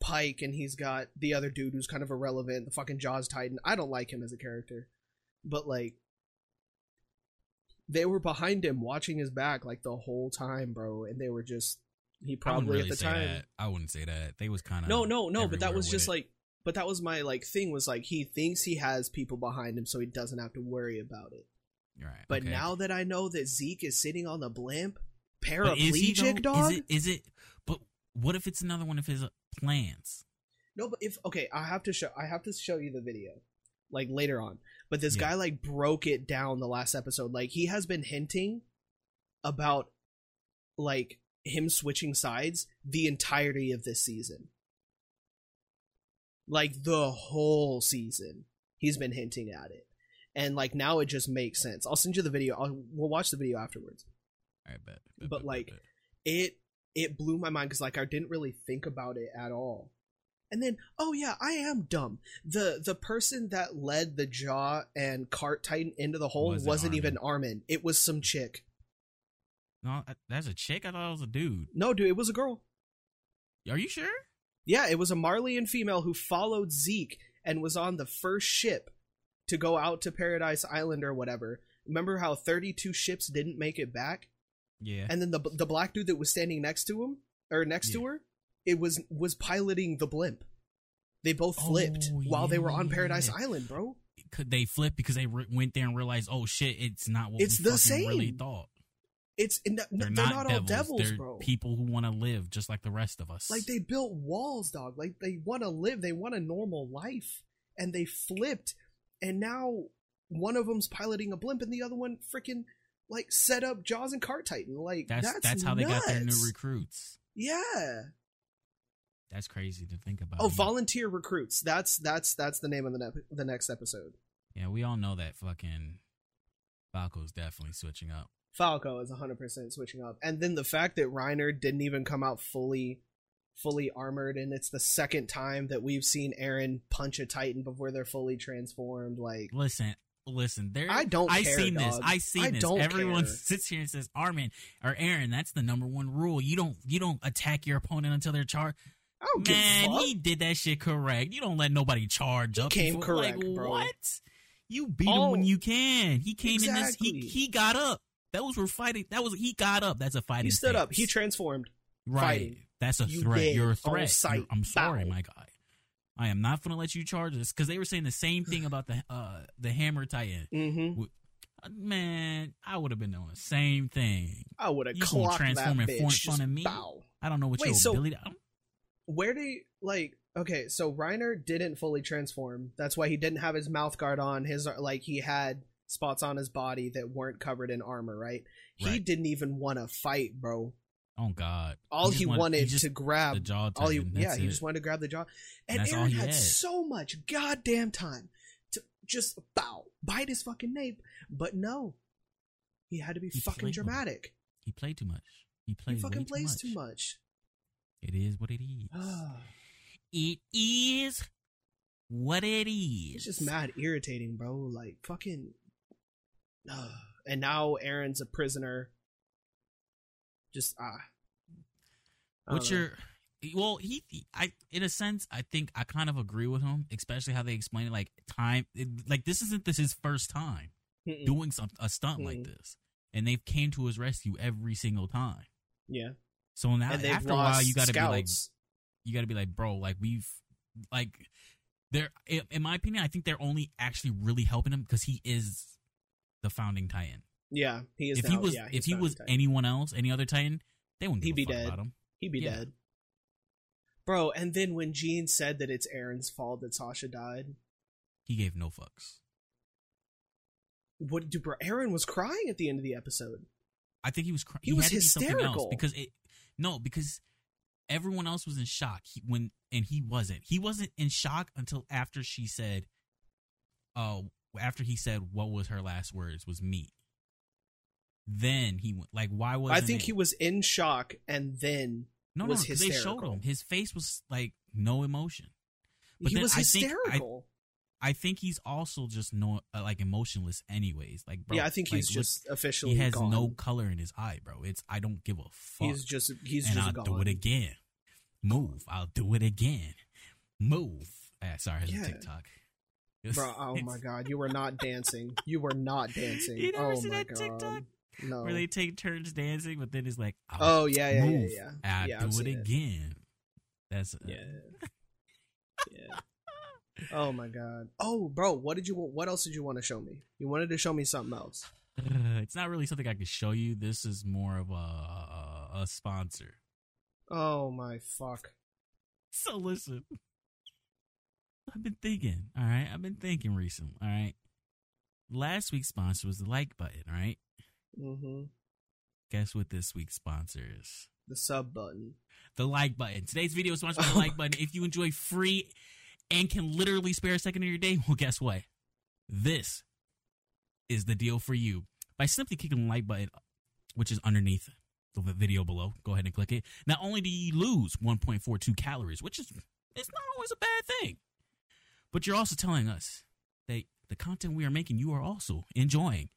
Speaker 2: Pike and he's got the other dude who's kind of irrelevant, the fucking Jaws Titan. I don't like him as a character, but like they were behind him, watching his back like the whole time, bro, and they were just he
Speaker 1: I wouldn't
Speaker 2: probably
Speaker 1: really
Speaker 2: at the
Speaker 1: say
Speaker 2: time.
Speaker 1: that. I wouldn't say that. They was kind of
Speaker 2: no no no but that was just like but that was my like thing was like he thinks he has people behind him so he doesn't have to worry about it
Speaker 1: Right.
Speaker 2: but
Speaker 1: okay.
Speaker 2: now that i know that zeke is sitting on the blimp
Speaker 1: But is he, though?
Speaker 2: paraplegic dog
Speaker 1: Is it? Is it? But what if it's another one of his uh, plans?
Speaker 2: no but if okay i have to show i have to show you the video like later on but this
Speaker 1: Yeah.
Speaker 2: guy like broke it down the last episode like he has been hinting about like him switching sides the entirety of this season like the whole season he's been hinting at it and like now it just makes sense i'll send you the video I'll, we'll watch the video afterwards
Speaker 1: I bet.
Speaker 2: But, like, it it blew my mind because like i didn't really think about it at all and then oh yeah i am dumb the the person that led the jaw and cart titan into the hole
Speaker 1: Wasn't
Speaker 2: wasn't, even armin it was some chick
Speaker 1: no, that's a chick. I thought it was a dude.
Speaker 2: no dude it was a girl
Speaker 1: Are you sure?
Speaker 2: Yeah, it was a Marleyan female who followed Zeke and was on the first ship to go out to Paradise Island or whatever. Remember how 32 ships didn't make it back?
Speaker 1: Yeah.
Speaker 2: And then the the black dude that was standing next to him or next to
Speaker 1: Yeah.
Speaker 2: her, it was was piloting the blimp. They both flipped
Speaker 1: Oh,
Speaker 2: while they were on
Speaker 1: yeah.
Speaker 2: Paradise Island, bro.
Speaker 1: could they flip because they re- went there and realized, oh shit, it's not what
Speaker 2: It's
Speaker 1: we
Speaker 2: the
Speaker 1: fucking
Speaker 2: same.
Speaker 1: really thought.
Speaker 2: It's and no- no,
Speaker 1: They're,
Speaker 2: they're,
Speaker 1: not,
Speaker 2: not,
Speaker 1: devils.
Speaker 2: all devils,
Speaker 1: they're
Speaker 2: bro.
Speaker 1: people who want to live just like the rest of us.
Speaker 2: Like they built walls, dog. Like they want to live. They want a normal life, and they flipped. And now one of them's piloting a blimp, and the other one freaking like set up Jaws and Car Titan. Like
Speaker 1: that's that's, how they got their new
Speaker 2: nuts.
Speaker 1: recruits.
Speaker 2: yeah.
Speaker 1: That's crazy to think about.
Speaker 2: Oh,
Speaker 1: man.
Speaker 2: volunteer recruits. That's that's that's the name of the ne- the next episode.
Speaker 1: Yeah, we all know that fucking Falco's definitely switching up.
Speaker 2: Falco is 100% switching up. And then the fact that Reiner didn't even come out fully fully armored and it's the second time that we've seen Aaron punch a titan before they're fully transformed like
Speaker 1: Listen, listen. There,
Speaker 2: I don't
Speaker 1: I
Speaker 2: care,
Speaker 1: seen this.
Speaker 2: dog.
Speaker 1: I seen
Speaker 2: I
Speaker 1: this.
Speaker 2: don't
Speaker 1: Everyone
Speaker 2: care.
Speaker 1: sits here and says, "Armin or Aaron, that's the number one rule. You don't you don't attack your opponent until they're charged."
Speaker 2: I don't give a
Speaker 1: Man,
Speaker 2: fuck.
Speaker 1: he did that shit correct. You don't let nobody charge up.
Speaker 2: came
Speaker 1: before-
Speaker 2: correct,
Speaker 1: like,
Speaker 2: bro.
Speaker 1: What? You beat him
Speaker 2: Oh,
Speaker 1: when you can. He came in
Speaker 2: exactly.
Speaker 1: this. He he got up. Those were fighting. That was he got up. That's a fighting.
Speaker 2: He stood up.
Speaker 1: stance.
Speaker 2: He transformed.
Speaker 1: right.
Speaker 2: fighting.
Speaker 1: That's a
Speaker 2: You
Speaker 1: threat.
Speaker 2: did
Speaker 1: You're a
Speaker 2: on
Speaker 1: threat.
Speaker 2: sight.
Speaker 1: You're- I'm sorry,
Speaker 2: Bow.
Speaker 1: my guy. I am not gonna let you charge this because they were saying the same thing about the uh the hammer titan.
Speaker 2: Mhm.
Speaker 1: Uh, Man, I would have been doing the same thing.
Speaker 2: I would have
Speaker 1: You gonna
Speaker 2: clocked that
Speaker 1: transform and
Speaker 2: bitch.
Speaker 1: form-
Speaker 2: Just
Speaker 1: fun of me?
Speaker 2: bow.
Speaker 1: I don't know what
Speaker 2: Wait,
Speaker 1: your
Speaker 2: so-
Speaker 1: ability. I don't-
Speaker 2: Where do you like okay, so Reiner didn't fully transform. That's why he didn't have his mouth guard on. His like he had spots on his body that weren't covered in armor, right? He
Speaker 1: Right.
Speaker 2: didn't even want to fight, bro.
Speaker 1: Oh God!
Speaker 2: All
Speaker 1: just
Speaker 2: he,
Speaker 1: wanted-
Speaker 2: wanted
Speaker 1: just-
Speaker 2: to
Speaker 1: the
Speaker 2: grab
Speaker 1: jaw.
Speaker 2: all he
Speaker 1: titan,
Speaker 2: yeah
Speaker 1: that's
Speaker 2: he
Speaker 1: it.
Speaker 2: just wanted to grab the jaw and
Speaker 1: That's all
Speaker 2: aaron
Speaker 1: he
Speaker 2: had,
Speaker 1: had.
Speaker 2: so much goddamn time to just bow bite his fucking nape but no he had to be
Speaker 1: He
Speaker 2: fucking
Speaker 1: played with it.
Speaker 2: dramatic
Speaker 1: He played too much. He
Speaker 2: he
Speaker 1: played.
Speaker 2: fucking
Speaker 1: way
Speaker 2: plays
Speaker 1: too
Speaker 2: too much
Speaker 1: It is what it is.
Speaker 2: [SIGHS]
Speaker 1: it is what it is.
Speaker 2: it's just mad irritating bro like fucking [SIGHS] Ugh. and now aaron's a prisoner just ah I don't
Speaker 1: What's
Speaker 2: know.
Speaker 1: your well? He, he- I, in a sense, I think I kind of agree with him, especially how they explain it. Like time, it- like this isn't this his first time
Speaker 2: Mm-mm.
Speaker 1: doing some a stunt like
Speaker 2: Mm.
Speaker 1: this, and they've came to his rescue every single time.
Speaker 2: yeah
Speaker 1: So now,
Speaker 2: and they've
Speaker 1: after a while,
Speaker 2: lost
Speaker 1: you got to be like,
Speaker 2: scouts.
Speaker 1: you got to be like, bro, like we've, like, they're in in my opinion, I think they're only actually really helping him because he is the founding Titan.
Speaker 2: yeah he is
Speaker 1: if
Speaker 2: now,
Speaker 1: he was,
Speaker 2: yeah, he's
Speaker 1: if he
Speaker 2: found
Speaker 1: was
Speaker 2: tight.
Speaker 1: anyone else, any other Titan, they wouldn't give a
Speaker 2: He'd be
Speaker 1: fuck
Speaker 2: dead.
Speaker 1: about him.
Speaker 2: He'd be
Speaker 1: Yeah.
Speaker 2: dead. Bro, and then when Gene said that it's Aaron's fault that Sasha died,
Speaker 1: He gave no fucks.
Speaker 2: what do bro Aaron was crying at the end of the episode.
Speaker 1: I think he was. Cr-
Speaker 2: He was
Speaker 1: had to be something else
Speaker 2: hysterical.
Speaker 1: because it. No, because everyone else was in shock he, when, and he wasn't. He wasn't in shock until after she said, "Oh." after he said what was her last words was me. Then he went like, "Why was?"
Speaker 2: I think he was in shock and then
Speaker 1: no,
Speaker 2: was
Speaker 1: no, 'cause They showed
Speaker 2: hysterical.
Speaker 1: him his face was like no emotion. But
Speaker 2: he
Speaker 1: then
Speaker 2: was
Speaker 1: I think I-
Speaker 2: hysterical.
Speaker 1: I think he's also just no uh, like emotionless, anyways. Like, bro,
Speaker 2: yeah, I think
Speaker 1: like,
Speaker 2: he's
Speaker 1: look-
Speaker 2: just officially
Speaker 1: he has
Speaker 2: gone.
Speaker 1: no color in his eye, bro. It's I don't give a fuck.
Speaker 2: he's just he's
Speaker 1: and
Speaker 2: just
Speaker 1: I'll
Speaker 2: gone.
Speaker 1: do it again. Move. I'll do it again. Move. Ah, sorry, I was on
Speaker 2: Yeah.
Speaker 1: TikTok. [LAUGHS]
Speaker 2: Bro, oh my god, you were not dancing. You were not dancing.
Speaker 1: [LAUGHS] You never
Speaker 2: oh
Speaker 1: seen
Speaker 2: my
Speaker 1: that
Speaker 2: god.
Speaker 1: TikTok
Speaker 2: No.
Speaker 1: where they take turns dancing, but then it's like, I'll
Speaker 2: oh yeah, yeah, yeah,
Speaker 1: move.
Speaker 2: yeah.
Speaker 1: I'll
Speaker 2: yeah, I've
Speaker 1: do it
Speaker 2: seen
Speaker 1: again. That's uh,
Speaker 2: Yeah. Yeah. Oh my god. Oh, bro, what did you want? What else did you want to show me? You wanted to show me something else.
Speaker 1: it's not really something I can show you. This is more of a a, a sponsor. [LAUGHS]
Speaker 2: Oh my fuck.
Speaker 1: So listen, I've been thinking. All right, I've been thinking recently. All right, last week's sponsor was the like button. All right,
Speaker 2: hmm
Speaker 1: guess what this week's sponsor is?
Speaker 2: The sub button.
Speaker 1: the like button. Today's video is sponsored by the
Speaker 2: Oh.
Speaker 1: like button. If you enjoy free and can literally spare a second of your day, well, guess what? This is the deal for you. By simply clicking the like button, which is underneath the video below, go ahead and click it. Not only do you lose 1.42 calories, which is it's not always a bad thing, but you're also telling us that the content we are making, you are also enjoying.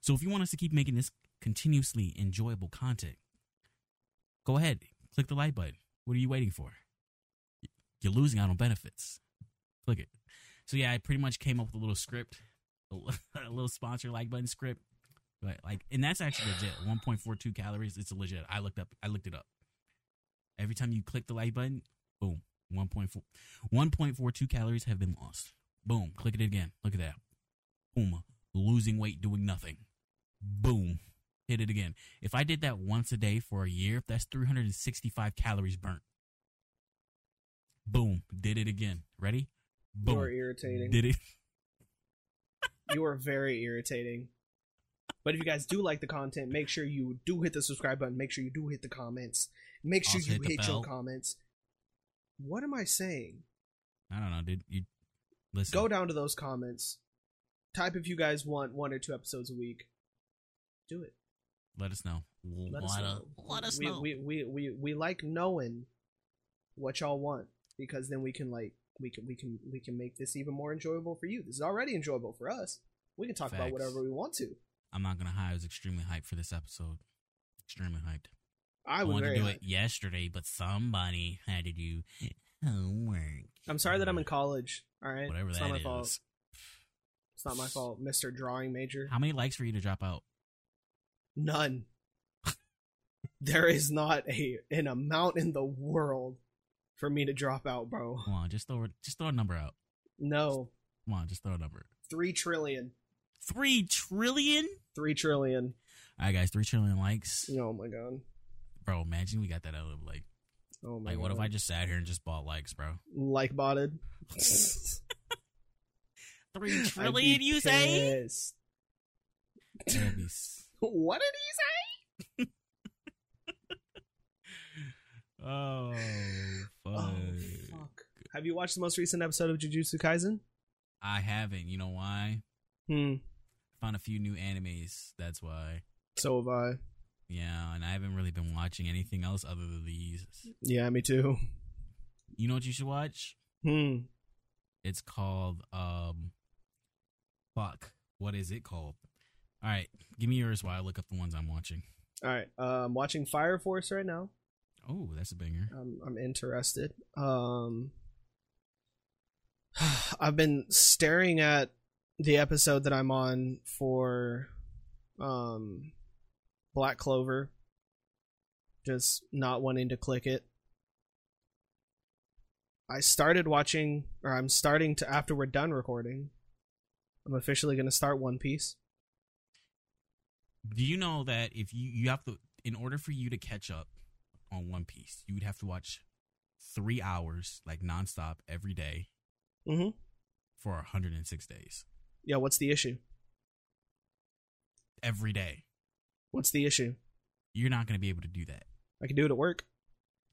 Speaker 1: So if you want us to keep making this continuously enjoyable content, go ahead, click the like button. What are you waiting for? You're losing out on benefits. Click it. So yeah, I pretty much came up with a little script, [LAUGHS] a little sponsor like button script, but like, and that's actually legit. 1.42 calories. It's legit. I looked up. I looked it up. Every time you click the like button, boom, 1.4, 1.42 calories have been lost. Boom, click it again. Look at that. Boom. Losing weight, doing nothing. Boom. Hit it again. If I did that once a day for a year, that's 365 calories burnt. Boom. Did it again. Ready? Boom.
Speaker 2: You are irritating.
Speaker 1: Did it.
Speaker 2: you are very irritating. But if you guys do like the content, make sure you do hit the subscribe button. Make sure you do hit the comments. Make sure
Speaker 1: Also
Speaker 2: you
Speaker 1: hit the
Speaker 2: hit
Speaker 1: bell.
Speaker 2: your comments. What am I saying?
Speaker 1: I don't know, dude. You listen.
Speaker 2: Go down to those comments. Type if you guys want one or two episodes a week. Do it.
Speaker 1: Let us know.
Speaker 2: Let us know.
Speaker 1: let us
Speaker 2: we,
Speaker 1: know.
Speaker 2: We, we, we, we like knowing what y'all want because then we can like we can we can we can make this even more enjoyable for you. This is already enjoyable for us. We can talk about
Speaker 1: Facts.
Speaker 2: whatever we want to.
Speaker 1: I'm not gonna hide. I was extremely hyped for this episode. Extremely hyped.
Speaker 2: I was
Speaker 1: wanted
Speaker 2: very.
Speaker 1: to do
Speaker 2: high.
Speaker 1: it yesterday, but somebody had to do homework.
Speaker 2: I'm sorry that I'm in college. All
Speaker 1: [LAUGHS]
Speaker 2: right,
Speaker 1: Whatever
Speaker 2: it's
Speaker 1: that
Speaker 2: not my
Speaker 1: is.
Speaker 2: fault. It's not my fault, Mister Drawing Major.
Speaker 1: How many likes for you to drop out?
Speaker 2: None. [LAUGHS] there is not a an amount in the world for me to drop out, bro.
Speaker 1: Come on, just throw just throw a number out.
Speaker 2: No,
Speaker 1: Come on, just throw a number.
Speaker 2: three trillion,
Speaker 1: Three trillion.
Speaker 2: three trillion.
Speaker 1: All right, guys, three trillion likes,
Speaker 2: Oh my god.
Speaker 1: bro. Imagine we got that out of like,
Speaker 2: Oh my.
Speaker 1: like,
Speaker 2: god.
Speaker 1: what if I just sat here and just bought likes, bro?
Speaker 2: like botted? [LAUGHS]
Speaker 1: Three trillion, you
Speaker 2: [LAUGHS]
Speaker 1: say? That'd be s-
Speaker 2: what did he say?
Speaker 1: [LAUGHS] Oh, fuck. Uh,
Speaker 2: Oh fuck! Have you watched the most recent episode of Jujutsu Kaisen?
Speaker 1: I haven't. You know why?
Speaker 2: Hmm.
Speaker 1: Found a few new animes. That's why.
Speaker 2: So have I.
Speaker 1: Yeah, and I haven't really been watching anything else other than these.
Speaker 2: Yeah, me too.
Speaker 1: You know what you should watch?
Speaker 2: Hmm.
Speaker 1: It's called um fuck. What is it called? All right, give me yours while I look up the ones I'm watching.
Speaker 2: All right. Uh, I'm watching Fire Force right now.
Speaker 1: Oh, that's a banger.
Speaker 2: I'm, I'm interested. Um, [SIGHS] I've been staring at the episode that I'm on for um, Black Clover, just not wanting to click it. I started watching, or I'm starting to, after we're done recording, I'm officially going to start One Piece.
Speaker 1: Do you know that if you you have to in order for you to catch up on One Piece, you would have to watch 3 hours like nonstop every day
Speaker 2: Mm-hmm.
Speaker 1: for 106 days.
Speaker 2: Yeah, what's the issue?
Speaker 1: Every day.
Speaker 2: What's the issue?
Speaker 1: You're not going to be able to do that.
Speaker 2: I can do it at work.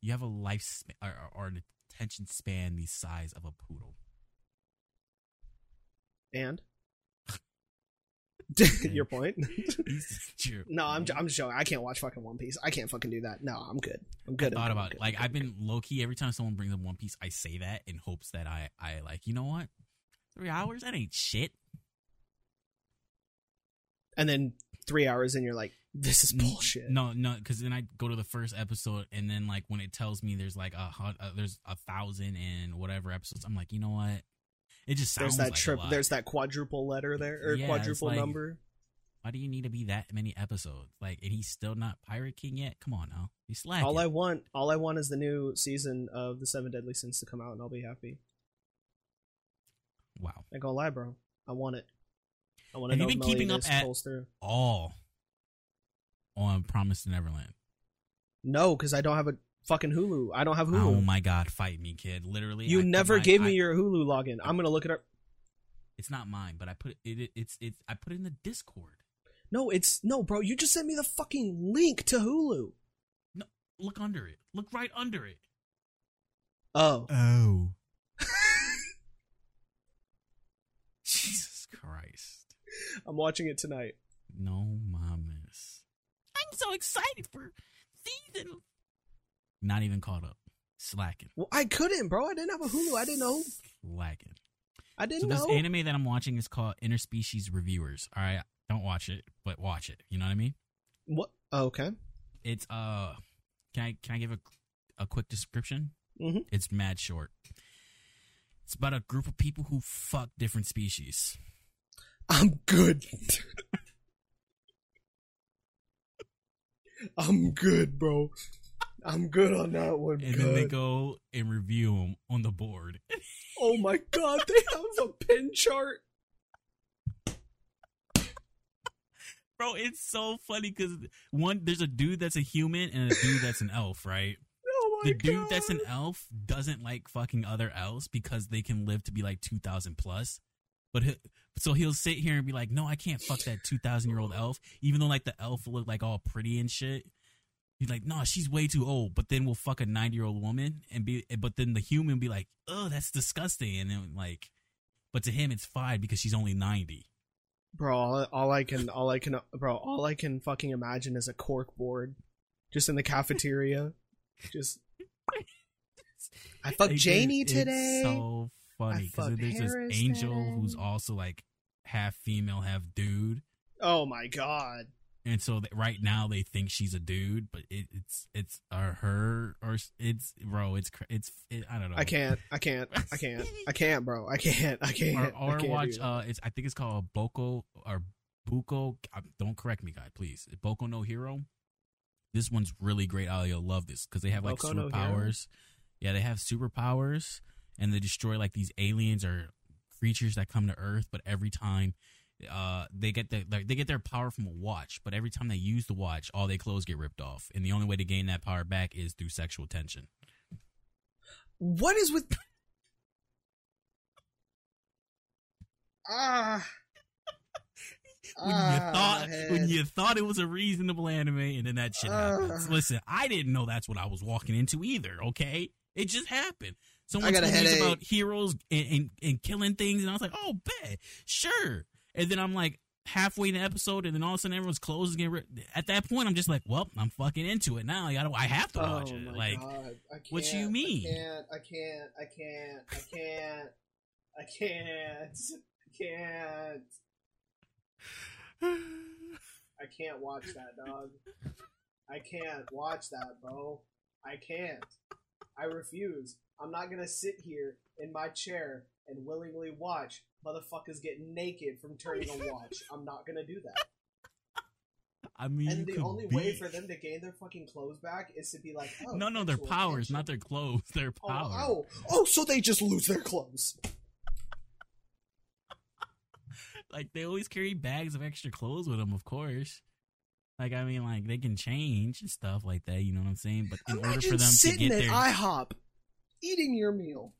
Speaker 1: You have a life span or, or- or an attention span the size of a poodle. [LAUGHS]
Speaker 2: And your
Speaker 1: [LAUGHS]
Speaker 2: point. No, I'm j- I'm just joking. I can't watch fucking One Piece. I can't fucking do that. No, I'm good. I'm good.
Speaker 1: thought
Speaker 2: I'm [LAUGHS]
Speaker 1: about it.
Speaker 2: good.
Speaker 1: Like I've been low key every time someone brings up One Piece, I say that in hopes that I I like you know what three hours that ain't shit.
Speaker 2: And then three hours, and you're like, this is bullshit.
Speaker 1: No, no, because then I go to the first episode and then like when it tells me there's like a hun- uh, there's a thousand and whatever episodes, I'm like you know what it just sounds
Speaker 2: there's that
Speaker 1: like a
Speaker 2: trip.
Speaker 1: lot.
Speaker 2: There's that quadruple letter there, or
Speaker 1: Yeah, it's
Speaker 2: quadruple
Speaker 1: like-
Speaker 2: number.
Speaker 1: why do you need to be that many episodes like and he's still not Pirate King yet? Come on now, you slack.
Speaker 2: All I want, all I want is the new season of the Seven Deadly Sins to come out, and I'll be happy.
Speaker 1: wow
Speaker 2: I go lie, bro. I want it. I want
Speaker 1: Have
Speaker 2: to know
Speaker 1: you
Speaker 2: if
Speaker 1: been
Speaker 2: Melody
Speaker 1: keeping up
Speaker 2: this
Speaker 1: at-
Speaker 2: pulls through.
Speaker 1: all on Promise to Neverland.
Speaker 2: No, because I don't have a fucking Hulu. I don't have Hulu.
Speaker 1: Oh my god, fight me, kid! Literally,
Speaker 2: you
Speaker 1: I put
Speaker 2: never
Speaker 1: my-
Speaker 2: gave
Speaker 1: I-
Speaker 2: me your Hulu login. I'm gonna look it up.
Speaker 1: It's not mine, but I put it. it it's it's I put it in the Discord.
Speaker 2: No, it's no, bro. You just sent me the fucking link to Hulu.
Speaker 1: Look under it. Look right under it.
Speaker 2: Oh,
Speaker 1: Oh. [LAUGHS] Jesus Christ!
Speaker 2: I'm watching it tonight.
Speaker 1: No, mamas. I'm so excited for season. Not even caught up. Slacking.
Speaker 2: Well, I couldn't, bro. I didn't have a Hulu. I didn't know.
Speaker 1: Slacking.
Speaker 2: I didn't
Speaker 1: So this
Speaker 2: know.
Speaker 1: anime that I'm watching is called Interspecies Reviewers. All right, don't watch it, but watch it. You know what I mean?
Speaker 2: what? Oh, okay.
Speaker 1: It's uh, can I can I give a a quick description?
Speaker 2: Mhm.
Speaker 1: It's mad short. It's about a group of people who fuck different species.
Speaker 2: I'm good. [LAUGHS] I'm good, bro. I'm good on that one.
Speaker 1: And then they go and review them on the board. [LAUGHS]
Speaker 2: Oh my god, they have a pin chart.
Speaker 1: Bro, it's so funny because one, there's a dude that's a human and a dude that's an elf, right?
Speaker 2: Oh my
Speaker 1: the dude
Speaker 2: God.
Speaker 1: that's an elf doesn't like fucking other elves because they can live to be like 2000 plus but he, so he'll sit here and be like no i can't fuck that 2000 year old elf even though like the elf will look like all pretty and shit he's like no she's way too old but then we'll fuck a 90 year old woman and be but then the human be like oh that's disgusting and then like but to him it's fine because she's only 90
Speaker 2: bro. All, all I can, all I can, bro. All I can fucking imagine is a cork board, just in the cafeteria. just,
Speaker 1: [LAUGHS]
Speaker 2: I fucked
Speaker 1: Like,
Speaker 2: Janie
Speaker 1: it's-
Speaker 2: today.
Speaker 1: It's so funny
Speaker 2: I
Speaker 1: because
Speaker 2: fucked
Speaker 1: there's this
Speaker 2: Harris
Speaker 1: angel
Speaker 2: today.
Speaker 1: who's also like half female, half dude,
Speaker 2: Oh my god.
Speaker 1: and so that right now they think she's a dude, but it, it's it's or her or s- it's bro, it's cra- it's it, I don't know.
Speaker 2: I can't. I can't. I can't. I can't, bro. I can't. I
Speaker 1: Or,
Speaker 2: can't. I
Speaker 1: or
Speaker 2: can't
Speaker 1: watch
Speaker 2: do it.
Speaker 1: uh, it's I think it's called Boko or Buko. uh, Don't correct me, guy, please. Boko no Hero. This one's really great. Oh, you'll love this because they have like
Speaker 2: Boku no Hero?
Speaker 1: superpowers. yeah, they have superpowers, and they destroy like these aliens or creatures that come to Earth. But every time, uh, they get the like, they get their power from a watch. But every time they use the watch, all their clothes get ripped off, and the only way to gain that power back is through sexual tension.
Speaker 2: What is with? ah.
Speaker 1: when you
Speaker 2: Ah,
Speaker 1: thought
Speaker 2: man.
Speaker 1: when you thought it was a reasonable anime and then that shit happens.
Speaker 2: Ugh.
Speaker 1: Listen, I didn't know that's what I was walking into either, okay? It just happened. Someone
Speaker 2: I got a
Speaker 1: told me it's
Speaker 2: headache.
Speaker 1: about heroes and, and, and killing things and I was like, Oh bet, sure. And then I'm like halfway in the episode and then all of a sudden everyone's clothes getting ri at that point I'm just like, Well, I'm fucking into it now. I don't I have to watch
Speaker 2: Oh
Speaker 1: it.
Speaker 2: my
Speaker 1: Like
Speaker 2: God, I
Speaker 1: what you
Speaker 2: can't,
Speaker 1: mean?
Speaker 2: I can't. I can't. I can't. I can't. I can't. I can't. I can't watch that, dog. I can't watch that, bro. I can't. I refuse. I'm not gonna sit here in my chair and willingly watch motherfuckers get naked from turning
Speaker 1: [LAUGHS]
Speaker 2: a watch. I'm not gonna do that.
Speaker 1: [SIGHS] I mean you
Speaker 2: And the
Speaker 1: could
Speaker 2: only
Speaker 1: be-
Speaker 2: way for them to gain their fucking clothes back is to be like, oh,
Speaker 1: No no their
Speaker 2: sexual
Speaker 1: powers,
Speaker 2: tension.
Speaker 1: not their clothes, their
Speaker 2: Oh,
Speaker 1: powers.
Speaker 2: Oh, oh, so they just lose their clothes.
Speaker 1: like they always carry bags of extra clothes with them, of course. Like I mean, like they can change and stuff like that. You know what I'm saying? But in order
Speaker 2: Imagine
Speaker 1: for them to
Speaker 2: sitting
Speaker 1: get
Speaker 2: at
Speaker 1: their
Speaker 2: IHOP eating your meal,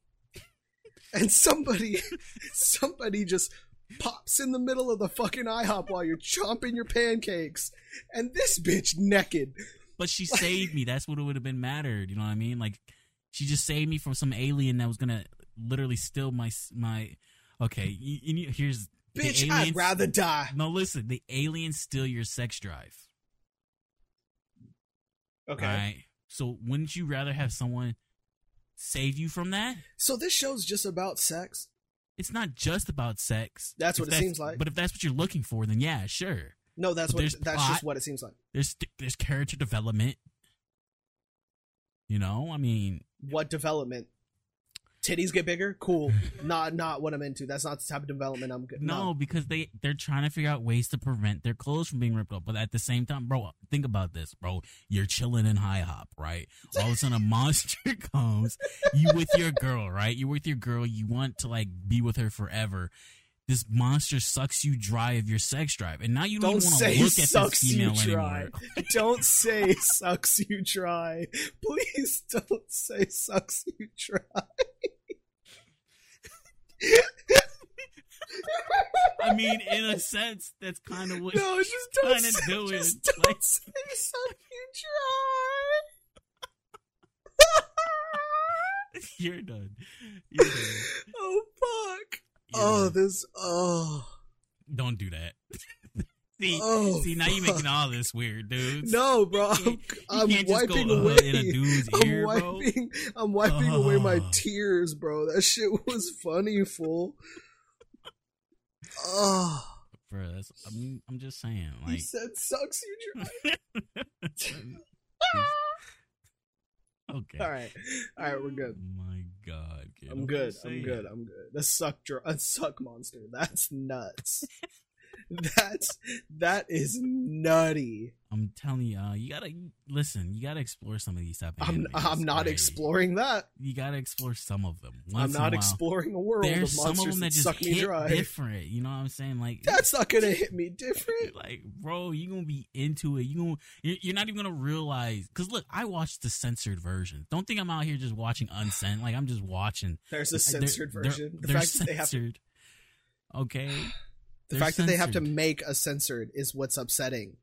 Speaker 2: [LAUGHS] and somebody, [LAUGHS] somebody just pops in the middle of the fucking IHOP while you're chomping your pancakes, and this bitch naked.
Speaker 1: but
Speaker 2: [LAUGHS]
Speaker 1: she saved me. That's what it would have been mattered. You know what I mean? Like she just saved me from some alien that was gonna literally steal my s- my. Okay, you, you, need- here's the
Speaker 2: Bitch, I'd
Speaker 1: aliens-
Speaker 2: rather die.
Speaker 1: No, listen. The aliens steal your sex drive. Right? So wouldn't you rather have someone save you from that?
Speaker 2: So this show's just about sex.
Speaker 1: It's not just about sex.
Speaker 2: That's
Speaker 1: If
Speaker 2: what it seems like.
Speaker 1: But if that's what you're looking for, then yeah, sure.
Speaker 2: No, that's
Speaker 1: But
Speaker 2: what.
Speaker 1: there's
Speaker 2: That's
Speaker 1: plot.
Speaker 2: just what it seems like.
Speaker 1: there's there's character development. You know, I mean,
Speaker 2: What development? Titties get bigger?
Speaker 1: [LAUGHS]
Speaker 2: Cool. not not what I'm into. That's not the type of development I'm good.
Speaker 1: no, because they they're trying to figure out ways to prevent their clothes from being ripped up. But at the same time, bro, think about this, bro. You're chilling in high hop, right? All of a
Speaker 2: [LAUGHS]
Speaker 1: sudden, a monster [LAUGHS] comes. You with your girl, right? You're with your girl. You want to like be with her forever. This monster sucks you dry of your sex drive, and now you don't,
Speaker 2: Don't
Speaker 1: want
Speaker 2: say
Speaker 1: to look at this
Speaker 2: sucks you
Speaker 1: female
Speaker 2: dry.
Speaker 1: anymore.
Speaker 2: Don't say sucks you dry. Please don't say sucks you dry.
Speaker 1: I mean, in a sense, that's kind of what.
Speaker 2: No, just don't,
Speaker 1: trying to
Speaker 2: say,
Speaker 1: do it.
Speaker 2: just don't
Speaker 1: Like-
Speaker 2: say sucks you dry.
Speaker 1: You're done. You're done.
Speaker 2: Oh fuck.
Speaker 1: You're
Speaker 2: Oh,
Speaker 1: done.
Speaker 2: this. Oh,
Speaker 1: Don't do that. [LAUGHS] see,
Speaker 2: Oh,
Speaker 1: see, now you're
Speaker 2: fuck. [LAUGHS]
Speaker 1: making all this weird, dude.
Speaker 2: no, bro. I'm,
Speaker 1: You
Speaker 2: I'm
Speaker 1: can't just go
Speaker 2: wiping
Speaker 1: uh,
Speaker 2: away.
Speaker 1: in a dude's
Speaker 2: [LAUGHS] I'm
Speaker 1: ear, bro. Oh.
Speaker 2: wiping, I'm wiping away my
Speaker 1: Ugh.
Speaker 2: tears, bro. That shit was funny,
Speaker 1: [LAUGHS]
Speaker 2: fool. Oh,
Speaker 1: Bro, that's, I'm, I'm just saying,
Speaker 2: he
Speaker 1: like, [LAUGHS]
Speaker 2: said sucks you dry.
Speaker 1: okay.
Speaker 2: All right, all right, we're good.
Speaker 1: My God, kid.
Speaker 2: I'm
Speaker 1: I'm
Speaker 2: good.
Speaker 1: just
Speaker 2: I'm
Speaker 1: saying.
Speaker 2: [LAUGHS] good. I'm good. The suck dr- a suck monster. That's nuts. That's that is nutty.
Speaker 1: I'm telling you, uh, you gotta listen. You gotta explore some of these type of.
Speaker 2: I'm
Speaker 1: animes,
Speaker 2: I'm not
Speaker 1: right?
Speaker 2: exploring that.
Speaker 1: You gotta explore some of them.
Speaker 2: I'm
Speaker 1: Once in
Speaker 2: not
Speaker 1: a while.
Speaker 2: exploring a world
Speaker 1: There's
Speaker 2: of
Speaker 1: some of
Speaker 2: monsters
Speaker 1: them
Speaker 2: that,
Speaker 1: that just
Speaker 2: suck me
Speaker 1: hit
Speaker 2: dry.
Speaker 1: different. You know what I'm saying? Like
Speaker 2: [LAUGHS] That's not gonna hit me
Speaker 1: [LAUGHS]
Speaker 2: different.
Speaker 1: like bro you're gonna be into it you gonna you're you're not even gonna realize because look i watched the censored version don't think i'm out here just watching uncensored like i'm just watching
Speaker 2: There's a
Speaker 1: They're-
Speaker 2: censored
Speaker 1: they're-
Speaker 2: version. the
Speaker 1: they're
Speaker 2: fact that they have to,
Speaker 1: censored okay
Speaker 2: the
Speaker 1: they're
Speaker 2: fact that they have to
Speaker 1: censored.
Speaker 2: make a censored is what's upsetting.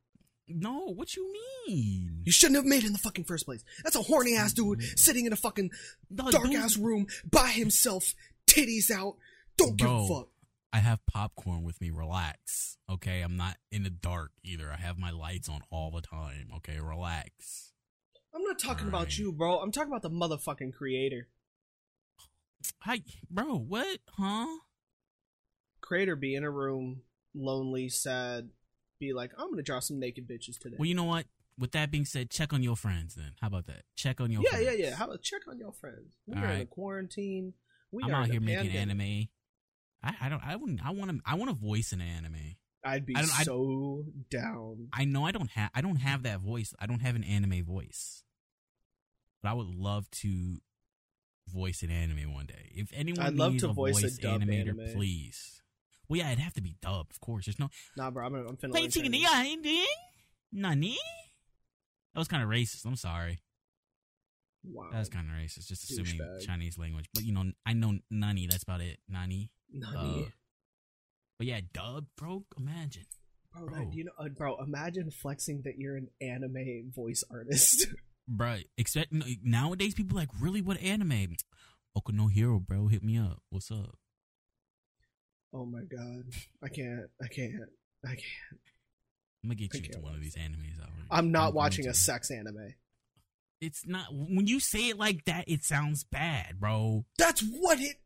Speaker 1: no what you mean
Speaker 2: You shouldn't have made it in the fucking first place. That's a horny ass
Speaker 1: Mm-hmm.
Speaker 2: dude sitting in a fucking
Speaker 1: No,
Speaker 2: dark
Speaker 1: dude,
Speaker 2: ass room by himself, titties out. Don't give a
Speaker 1: Bro.
Speaker 2: fuck.
Speaker 1: i have popcorn with me relax okay i'm not in the dark either i have my lights on all the time okay relax
Speaker 2: I'm not talking
Speaker 1: Right.
Speaker 2: about you, bro. I'm talking about the motherfucking creator.
Speaker 1: hi bro what huh
Speaker 2: Creator be in a room, lonely, sad, be like, I'm gonna draw some naked bitches today.
Speaker 1: well you know what with that being said check on your friends then how about that check on your
Speaker 2: yeah,
Speaker 1: friends.
Speaker 2: yeah, yeah. How about check on your friends? We
Speaker 1: All
Speaker 2: are in a
Speaker 1: right.
Speaker 2: quarantine. We
Speaker 1: I'm
Speaker 2: are
Speaker 1: out
Speaker 2: in a
Speaker 1: here making
Speaker 2: pandemic.
Speaker 1: anime. I, I don't. I wouldn't. I want to. I want a voice in anime.
Speaker 2: I'd be
Speaker 1: I don't- I-
Speaker 2: so down.
Speaker 1: I know I don't have. I don't have that voice. I don't have an anime voice. But I would love to voice an anime one day. If anyone
Speaker 2: I'd love
Speaker 1: needs
Speaker 2: to
Speaker 1: a
Speaker 2: voice
Speaker 1: voice
Speaker 2: a dubbed
Speaker 1: animator,
Speaker 2: anime.
Speaker 1: please. Well, yeah, it'd have to be dubbed, of course. There's no.
Speaker 2: Nah, bro. I'm, gonna- I'm finna. learn Chinese.
Speaker 1: Nani? That was kind of racist. I'm sorry.
Speaker 2: Wow.
Speaker 1: That was kind of racist. Just assuming
Speaker 2: Douchebag.
Speaker 1: Chinese language. But you know, I know nani. That's about it. Nani.
Speaker 2: Nani.
Speaker 1: Uh, But yeah, dubbed, bro. Imagine.
Speaker 2: bro, that-
Speaker 1: bro.
Speaker 2: you know, uh, bro. Imagine flexing that you're an anime voice [LAUGHS] artist.
Speaker 1: Bruh, Except n- nowadays, people like really what anime? Oka no Hero, bro. Hit me up. What's up?
Speaker 2: oh my god. I can't. I can't. I can't.
Speaker 1: I'm gonna get
Speaker 2: I
Speaker 1: you into
Speaker 2: can't
Speaker 1: one of
Speaker 2: watch
Speaker 1: these animes. Out
Speaker 2: I'm not watching a
Speaker 1: a.
Speaker 2: sex anime.
Speaker 1: It's not when you say it like that. It sounds bad, bro.
Speaker 2: That's what it.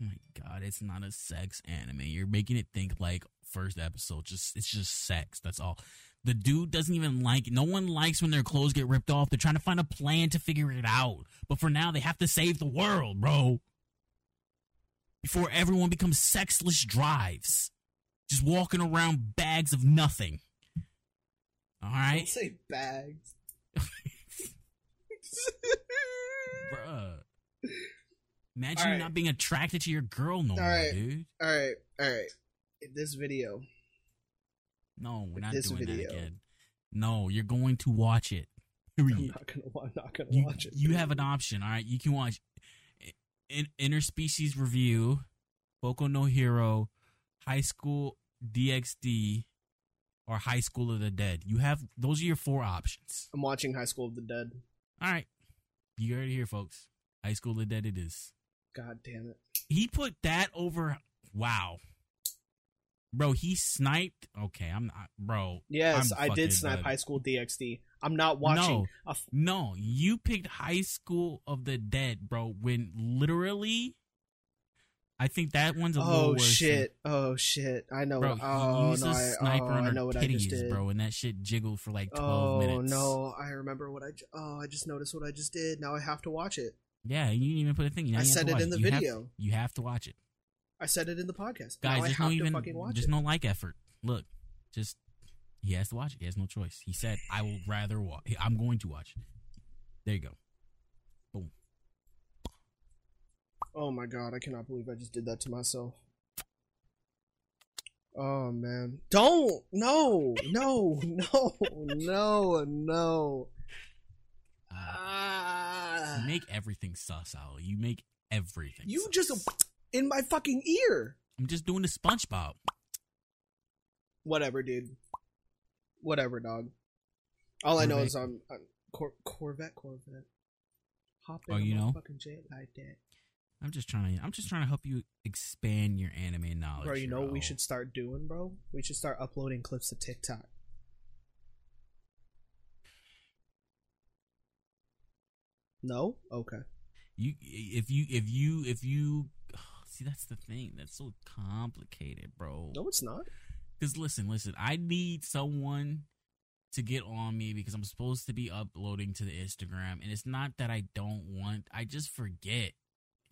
Speaker 1: Oh my god, it's not a sex anime. You're making it think like first episode. Just it's just sex. That's all. The dude doesn't even like. No one likes when their clothes get ripped off. They're trying to find a plan to figure it out. But for now, they have to save the world, bro. Before everyone becomes sexless drives, just walking around bags of nothing. All
Speaker 2: Don't
Speaker 1: right,
Speaker 2: say bags. [LAUGHS]
Speaker 1: bruh.
Speaker 2: [LAUGHS]
Speaker 1: Imagine
Speaker 2: All right.
Speaker 1: not being attracted to your girl no
Speaker 2: All
Speaker 1: more,
Speaker 2: right.
Speaker 1: dude.
Speaker 2: all right. All right. In this video.
Speaker 1: No, we're
Speaker 2: with
Speaker 1: not
Speaker 2: this
Speaker 1: doing
Speaker 2: video.
Speaker 1: that again. No, you're going to watch it. [LAUGHS]
Speaker 2: I'm
Speaker 1: Period.
Speaker 2: not gonna. wa- I'm not gonna
Speaker 1: You,
Speaker 2: watch it.
Speaker 1: you have an option, all right? You can watch in, Interspecies Review, Boku no Hero, High School DxD, or High School of the Dead. You have those are your four options.
Speaker 2: I'm watching High School of the Dead.
Speaker 1: All right, you heard it here, folks. High School of the Dead. It is.
Speaker 2: God damn it.
Speaker 1: He put that over. Wow, bro. He sniped. Okay, I'm not, bro.
Speaker 2: Yes,
Speaker 1: I'm
Speaker 2: i
Speaker 1: fucking
Speaker 2: did snipe
Speaker 1: done.
Speaker 2: High School DxD. I'm not watching.
Speaker 1: No.
Speaker 2: a f-
Speaker 1: No, you picked High School of the Dead, bro. When literally, I think that one's a little
Speaker 2: oh
Speaker 1: worse.
Speaker 2: shit! Oh shit! I know.
Speaker 1: than- bro!
Speaker 2: what,
Speaker 1: he
Speaker 2: oh
Speaker 1: used
Speaker 2: no!
Speaker 1: a
Speaker 2: I,
Speaker 1: sniper
Speaker 2: oh,
Speaker 1: on
Speaker 2: I
Speaker 1: her
Speaker 2: know what I just
Speaker 1: titties,
Speaker 2: did.
Speaker 1: bro, and that shit jiggled for like twelve
Speaker 2: oh
Speaker 1: minutes.
Speaker 2: no! I remember what I. j- Oh, I just noticed what I just did. Now I have to watch it.
Speaker 1: Yeah, you didn't even put a thing. Now
Speaker 2: I
Speaker 1: you have
Speaker 2: said
Speaker 1: to
Speaker 2: it
Speaker 1: watch
Speaker 2: in the
Speaker 1: You have-
Speaker 2: video.
Speaker 1: you have to watch it,
Speaker 2: I said it in the podcast.
Speaker 1: guys.
Speaker 2: now I
Speaker 1: Just
Speaker 2: have
Speaker 1: no
Speaker 2: to
Speaker 1: even,
Speaker 2: fucking watch
Speaker 1: just
Speaker 2: it.
Speaker 1: no like effort. Look, just he has to watch it. He has no choice. He said, "I will rather watch. I'm going to watch." it." There you go.
Speaker 2: Oh my god! I cannot believe I just did that to myself. Oh man! Don't! No! No! [LAUGHS] No! No! No!
Speaker 1: Uh,
Speaker 2: Ah!
Speaker 1: you make everything sus, Ali. You make everything.
Speaker 2: You
Speaker 1: sus.
Speaker 2: just in my fucking ear.
Speaker 1: I'm just doing the SpongeBob.
Speaker 2: Whatever, dude. Whatever, dog. All I know
Speaker 1: Corvette.
Speaker 2: is I'm, I'm cor- Corvette, Corvette. Hop in
Speaker 1: Oh,
Speaker 2: a
Speaker 1: you know?
Speaker 2: fucking jet like that,
Speaker 1: I'm just trying to. I'm just trying to help you expand your anime knowledge.
Speaker 2: bro. You know what we
Speaker 1: bro.
Speaker 2: should start doing, bro. We should start uploading clips to TikTok. No, okay.
Speaker 1: You if you if you if you [SIGHS] see that's the thing that's so complicated, bro.
Speaker 2: No, it's not.
Speaker 1: Because listen, listen, I need someone to get on me because I'm supposed to be uploading to the Instagram, and it's not that I don't want. I just forget.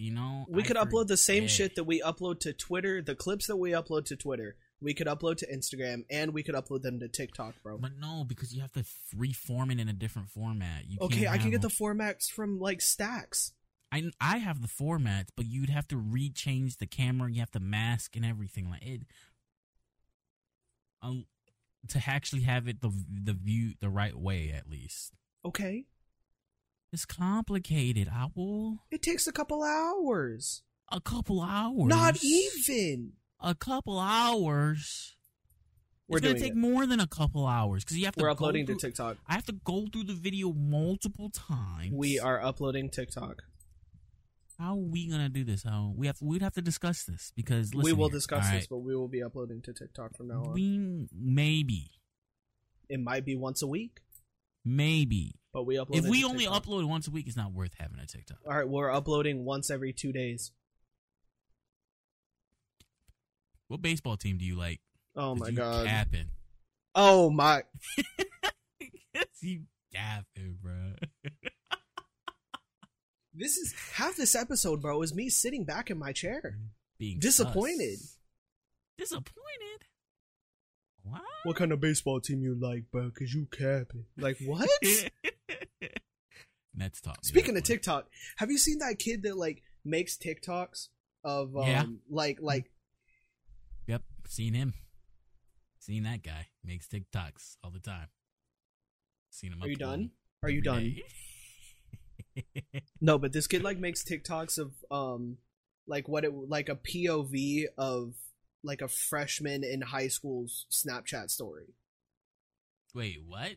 Speaker 1: You know,
Speaker 2: We
Speaker 1: I
Speaker 2: could upload the same
Speaker 1: forget.
Speaker 2: shit that we upload to Twitter. The clips that we upload to Twitter, We could upload to Instagram and we could upload them to TikTok, bro.
Speaker 1: But no, because you have to reform it in a different format. You
Speaker 2: Okay,
Speaker 1: can't
Speaker 2: I can
Speaker 1: have
Speaker 2: get the
Speaker 1: them-
Speaker 2: formats from like Stacks.
Speaker 1: I I have the format, but you'd have to re-change the camera. You have to mask and everything like it. Um, to actually have it the the view the right way at least.
Speaker 2: Okay,
Speaker 1: It's complicated. I will
Speaker 2: it takes a couple hours.
Speaker 1: a couple hours.
Speaker 2: Not even.
Speaker 1: a couple hours.
Speaker 2: We're
Speaker 1: it's gonna
Speaker 2: doing
Speaker 1: take
Speaker 2: it.
Speaker 1: more than a couple hours because you have to.
Speaker 2: We're
Speaker 1: go
Speaker 2: uploading to
Speaker 1: through-
Speaker 2: TikTok.
Speaker 1: I have to go through the video multiple times.
Speaker 2: We are uploading TikTok.
Speaker 1: How are we gonna do this? How we have we'd have to discuss this because
Speaker 2: we
Speaker 1: listen
Speaker 2: will
Speaker 1: here,
Speaker 2: discuss
Speaker 1: all
Speaker 2: this,
Speaker 1: right,
Speaker 2: but we will be uploading to TikTok from now on.
Speaker 1: we maybe
Speaker 2: it might be once a week,
Speaker 1: maybe
Speaker 2: but we upload.
Speaker 1: if
Speaker 2: it
Speaker 1: we
Speaker 2: to
Speaker 1: only
Speaker 2: TikTok.
Speaker 1: upload once a week, it's not worth having a TikTok.
Speaker 2: all right, we're uploading once every two days.
Speaker 1: What baseball team do you like?
Speaker 2: Oh
Speaker 1: 'Cause
Speaker 2: my
Speaker 1: you
Speaker 2: god.
Speaker 1: Capping. [LAUGHS]
Speaker 2: Oh my.
Speaker 1: you capping, bro.
Speaker 2: This is half this episode, bro. Is me sitting back in my chair.
Speaker 1: Being
Speaker 2: Disappointed.
Speaker 1: sus. Disappointed.
Speaker 2: [LAUGHS]
Speaker 1: What?
Speaker 2: What kind of baseball team you like, bro? Cause you capping.
Speaker 1: [LAUGHS]
Speaker 2: Like what?
Speaker 1: Mets talk.
Speaker 2: Speaking
Speaker 1: Yeah,
Speaker 2: of TikTok, have you seen that kid that like makes TikToks of um
Speaker 1: Yeah.
Speaker 2: like like
Speaker 1: Yep, seen him. Seen that guy makes TikToks all the time. Seen him.
Speaker 2: Are you
Speaker 1: upload 'em
Speaker 2: done? Are you done?
Speaker 1: every day.
Speaker 2: No, but this kid like makes TikToks of um like what it like a POV of like a freshman in high school's Snapchat story.
Speaker 1: [LAUGHS] Wait, what?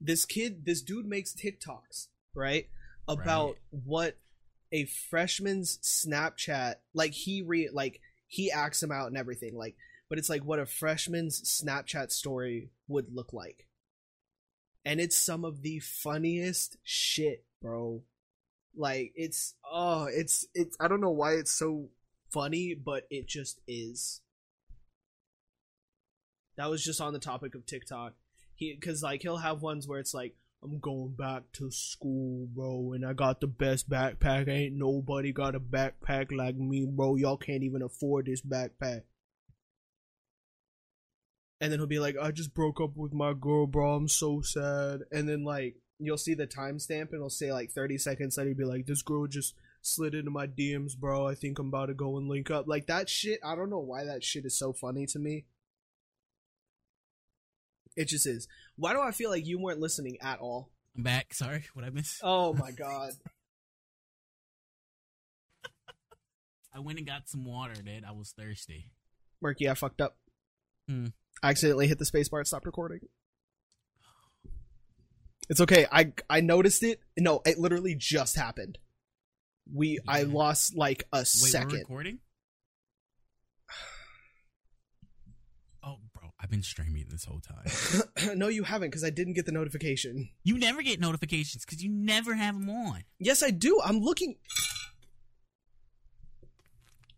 Speaker 2: This kid this dude makes TikToks, right? About
Speaker 1: Right.
Speaker 2: what a freshman's Snapchat like he re like he acts him out and everything, like but it's like what a freshman's Snapchat story would look like. And it's some of the funniest shit, bro. Like it's oh, it's it's I don't know why it's so funny, but it just is. That was just on the topic of TikTok. He cuz like he'll have ones where it's like I'm going back to school, bro, and I got the best backpack. Ain't nobody got a backpack like me, bro. Y'all can't even afford this backpack. And then he'll be like, I just broke up with my girl, bro. I'm so sad. And then, like, you'll see the timestamp and it'll say, like, 30 seconds later, he'll be like, This girl just slid into my DMs, bro. I think I'm about to go and link up. Like, that shit, I don't know why that shit is so funny to me. It just is. Why do I feel like you weren't listening at all?
Speaker 1: I'm back. Sorry, what I missed?
Speaker 2: Oh my god.
Speaker 1: I went and got some water, dude. I was thirsty.
Speaker 2: [LAUGHS] Murky, I fucked up.
Speaker 1: Hmm.
Speaker 2: I accidentally hit the spacebar and stopped recording. It's okay. I I noticed it. No, it literally just happened. We I
Speaker 1: Yeah.
Speaker 2: lost like a
Speaker 1: Wait, we're
Speaker 2: second.
Speaker 1: recording? Oh, bro, I've been streaming this whole time.
Speaker 2: [CLEARS THROAT] no, you haven't because I didn't get the notification.
Speaker 1: you never get notifications because you never have them
Speaker 2: [LAUGHS]
Speaker 1: on.
Speaker 2: Yes, I do. I'm looking.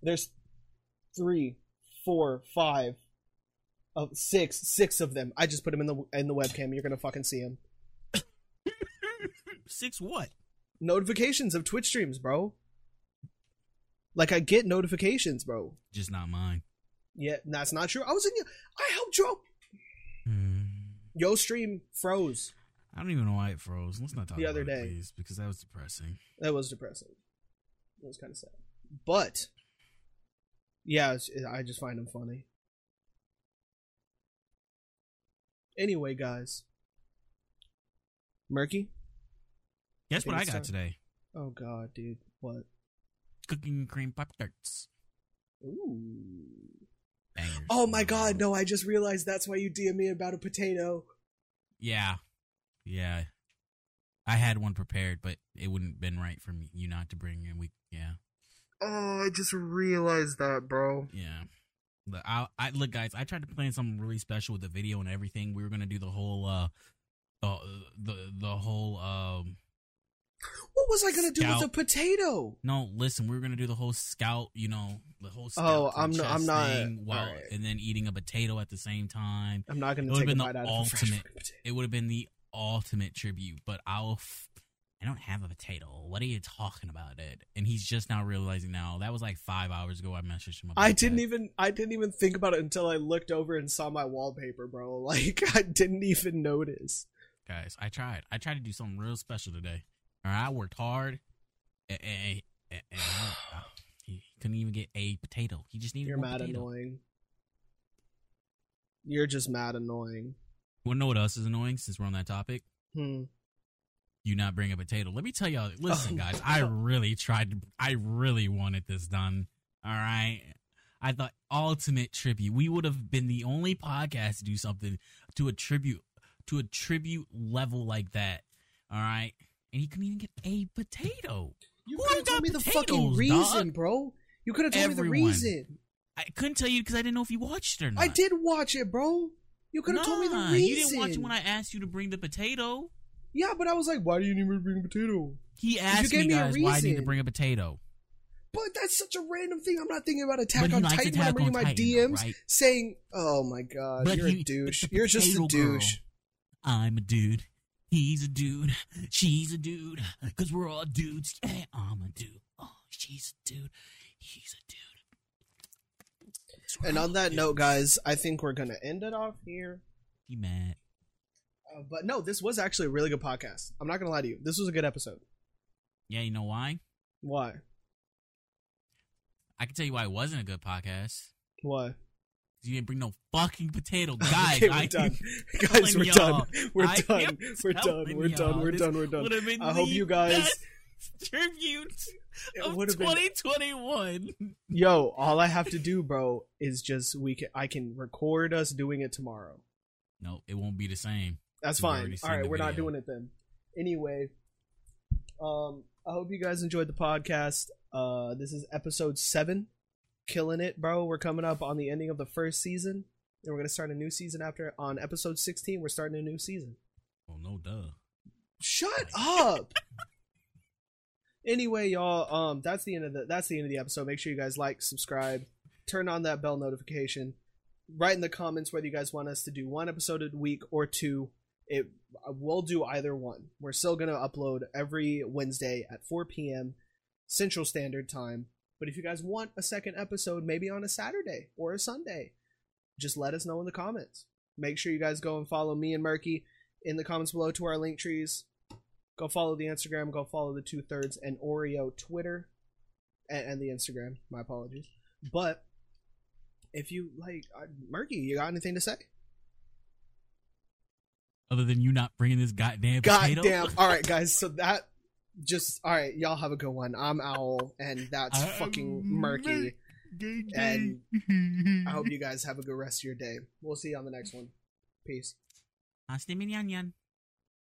Speaker 2: There's three, four, five, oh, six, six of them. I just put them in the in the webcam. You're gonna fucking see them.
Speaker 1: Six what?
Speaker 2: notifications of Twitch streams, bro. Like I get notifications, bro.
Speaker 1: Just not mine.
Speaker 2: Yeah, that's not true. I was in. Your, I helped Joe.
Speaker 1: Hmm.
Speaker 2: Yo stream froze.
Speaker 1: I don't even know why it froze. Let's not talk
Speaker 2: The
Speaker 1: about
Speaker 2: other
Speaker 1: it,
Speaker 2: day.
Speaker 1: please, because that was depressing.
Speaker 2: That was depressing. It was kind of sad, but yeah, it's, I just find him funny. Anyway, guys, Murky.
Speaker 1: Guess what
Speaker 2: think
Speaker 1: I
Speaker 2: it's
Speaker 1: got
Speaker 2: time.
Speaker 1: today?
Speaker 2: Oh God, dude, what?
Speaker 1: Cooking and cream pop tarts.
Speaker 2: Ooh. Oh my God, no! I just realized that's why you DM me about a potato.
Speaker 1: Yeah, yeah. I had one prepared, but it wouldn't been right for me, you not to bring in. We yeah,
Speaker 2: Oh, I just realized that, bro.
Speaker 1: yeah. Look, I, I look, guys. I tried to plan something really special with the video and everything. We were gonna do the whole, uh, the the the whole. um
Speaker 2: What was I gonna do with
Speaker 1: Scout.
Speaker 2: a potato?
Speaker 1: No, listen. We were gonna do the whole scout. You know, the whole. Scout
Speaker 2: Oh,
Speaker 1: to the
Speaker 2: I'm no- I'm
Speaker 1: chest
Speaker 2: not-
Speaker 1: thing while,
Speaker 2: alright.
Speaker 1: and then eating a potato at the same time.
Speaker 2: I'm not gonna
Speaker 1: It would've
Speaker 2: take a
Speaker 1: been the
Speaker 2: bite out of a fresh
Speaker 1: ultimate.
Speaker 2: fucking potato.
Speaker 1: it would have been the ultimate tribute. But I'll f- I don't have a potato. What are you talking about, Ed? And he's just now realizing now that was like five hours ago. I messaged him. About
Speaker 2: I didn't
Speaker 1: that.
Speaker 2: even I didn't even think about it until I looked over and saw my wallpaper, bro. [LAUGHS] Like I didn't even notice.
Speaker 1: guys. I tried. I tried to do something real special today. All right, I worked hard, and, and, and, and I- I- he couldn't even get a potato. He just needed
Speaker 2: You're
Speaker 1: one
Speaker 2: mad
Speaker 1: potato.
Speaker 2: annoying. You're just mad annoying.
Speaker 1: Want to know what else is annoying? Since we're on that topic,
Speaker 2: Hmm.
Speaker 1: you not bring a potato. Let me tell
Speaker 2: [LAUGHS]
Speaker 1: y'all.
Speaker 2: Oh,
Speaker 1: Listen, guys, I really tried. to- I really wanted this done. All right. I thought ultimate tribute. We would have been the only podcast to do something to a tribute to a tribute level like that. All right. And he couldn't even get a potato.
Speaker 2: You
Speaker 1: Who
Speaker 2: could've
Speaker 1: got
Speaker 2: told me the fucking
Speaker 1: potatoes,
Speaker 2: reason,
Speaker 1: dog?
Speaker 2: bro. You could have told me the
Speaker 1: Everyone.
Speaker 2: reason.
Speaker 1: I couldn't tell you because I didn't know if you watched it or not.
Speaker 2: I did watch it, bro. You could have told me the
Speaker 1: Nah,
Speaker 2: reason.
Speaker 1: You didn't watch it when I asked you to bring the potato.
Speaker 2: Yeah, but I was like, why do you need me to bring a potato?
Speaker 1: He
Speaker 2: you
Speaker 1: asked
Speaker 2: gave
Speaker 1: me,
Speaker 2: me a
Speaker 1: guys, why I need to
Speaker 2: reason.
Speaker 1: bring a potato.
Speaker 2: But that's such a random thing. I'm not thinking about Attack
Speaker 1: But he
Speaker 2: on
Speaker 1: likes
Speaker 2: Titan. when
Speaker 1: Attack
Speaker 2: I'm reading
Speaker 1: on
Speaker 2: my
Speaker 1: Titan, though,
Speaker 2: DMs
Speaker 1: right?
Speaker 2: saying, "Oh my god,
Speaker 1: But
Speaker 2: you're
Speaker 1: he-
Speaker 2: a
Speaker 1: but [LAUGHS]
Speaker 2: douche.
Speaker 1: the
Speaker 2: You're just a
Speaker 1: potato girl.
Speaker 2: douche."
Speaker 1: I'm a dude. He's a dude. She's a dude. Because we're all dudes. Yeah, I'm a dude. Oh, she's a dude. He's a dude. We're
Speaker 2: And
Speaker 1: all
Speaker 2: on that note,
Speaker 1: dudes.
Speaker 2: guys, I think we're gonna end it off here.
Speaker 1: He mad.
Speaker 2: Uh, but no, this was actually a really good podcast. I'm not gonna lie to you. This was a good episode.
Speaker 1: Yeah, you know why?
Speaker 2: Why?
Speaker 1: I can tell you why it wasn't a good podcast.
Speaker 2: Why? [LAUGHS]
Speaker 1: 'Cause You didn't bring no fucking potato. Guys,
Speaker 2: okay, we're
Speaker 1: I,
Speaker 2: done. [LAUGHS]
Speaker 1: telling
Speaker 2: Guys, we're
Speaker 1: y'all.
Speaker 2: done. [LAUGHS] We're
Speaker 1: I
Speaker 2: done.
Speaker 1: am
Speaker 2: We're done.
Speaker 1: telling
Speaker 2: We're done.
Speaker 1: y'all,
Speaker 2: We're
Speaker 1: this
Speaker 2: done. We're done.
Speaker 1: would have been
Speaker 2: I hope
Speaker 1: the
Speaker 2: you guys.
Speaker 1: best [LAUGHS] tribute
Speaker 2: It
Speaker 1: of
Speaker 2: would have been
Speaker 1: 2021.
Speaker 2: Yo, all I have to do, bro, is just we can I can record us doing it tomorrow.
Speaker 1: No, it won't be the same.
Speaker 2: That's
Speaker 1: We've
Speaker 2: fine.
Speaker 1: already
Speaker 2: All
Speaker 1: seen
Speaker 2: right,
Speaker 1: the
Speaker 2: we're not
Speaker 1: video.
Speaker 2: doing it then. Anyway, um, I hope you guys enjoyed the podcast. Uh, this is episode seven, killing it, bro. We're coming up on the ending of the first season, and we're gonna start a new season after on episode sixteen. We're starting a new season.
Speaker 1: Well, Oh, no duh.
Speaker 2: Shut up. [LAUGHS] anyway, y'all, um, that's the end of the that's the end of the episode. Make sure you guys like, subscribe, turn on that bell notification. Write in the comments whether you guys want us to do one episode a week or two. It we'll do either one. We're still gonna upload every Wednesday at 4 p.m. Central Standard Time. But if you guys want a second episode, maybe on a Saturday or a Sunday, just let us know in the comments. Make sure you guys go and follow me and Murky in the comments below to our link trees. Go follow the Instagram, go follow the two thirds and Oreo Twitter and, and the Instagram. My apologies. But if you like, uh, Murky, you got anything to say?
Speaker 1: Other than you not bringing this goddamn potato.
Speaker 2: Goddamn. All right, guys. So that just, all right, y'all have a good one. I'm Owl, and that's
Speaker 1: I'm
Speaker 2: fucking Murky. And I hope you guys have a good rest of your day. We'll see you on the next one. Peace.
Speaker 1: Hasta mañana.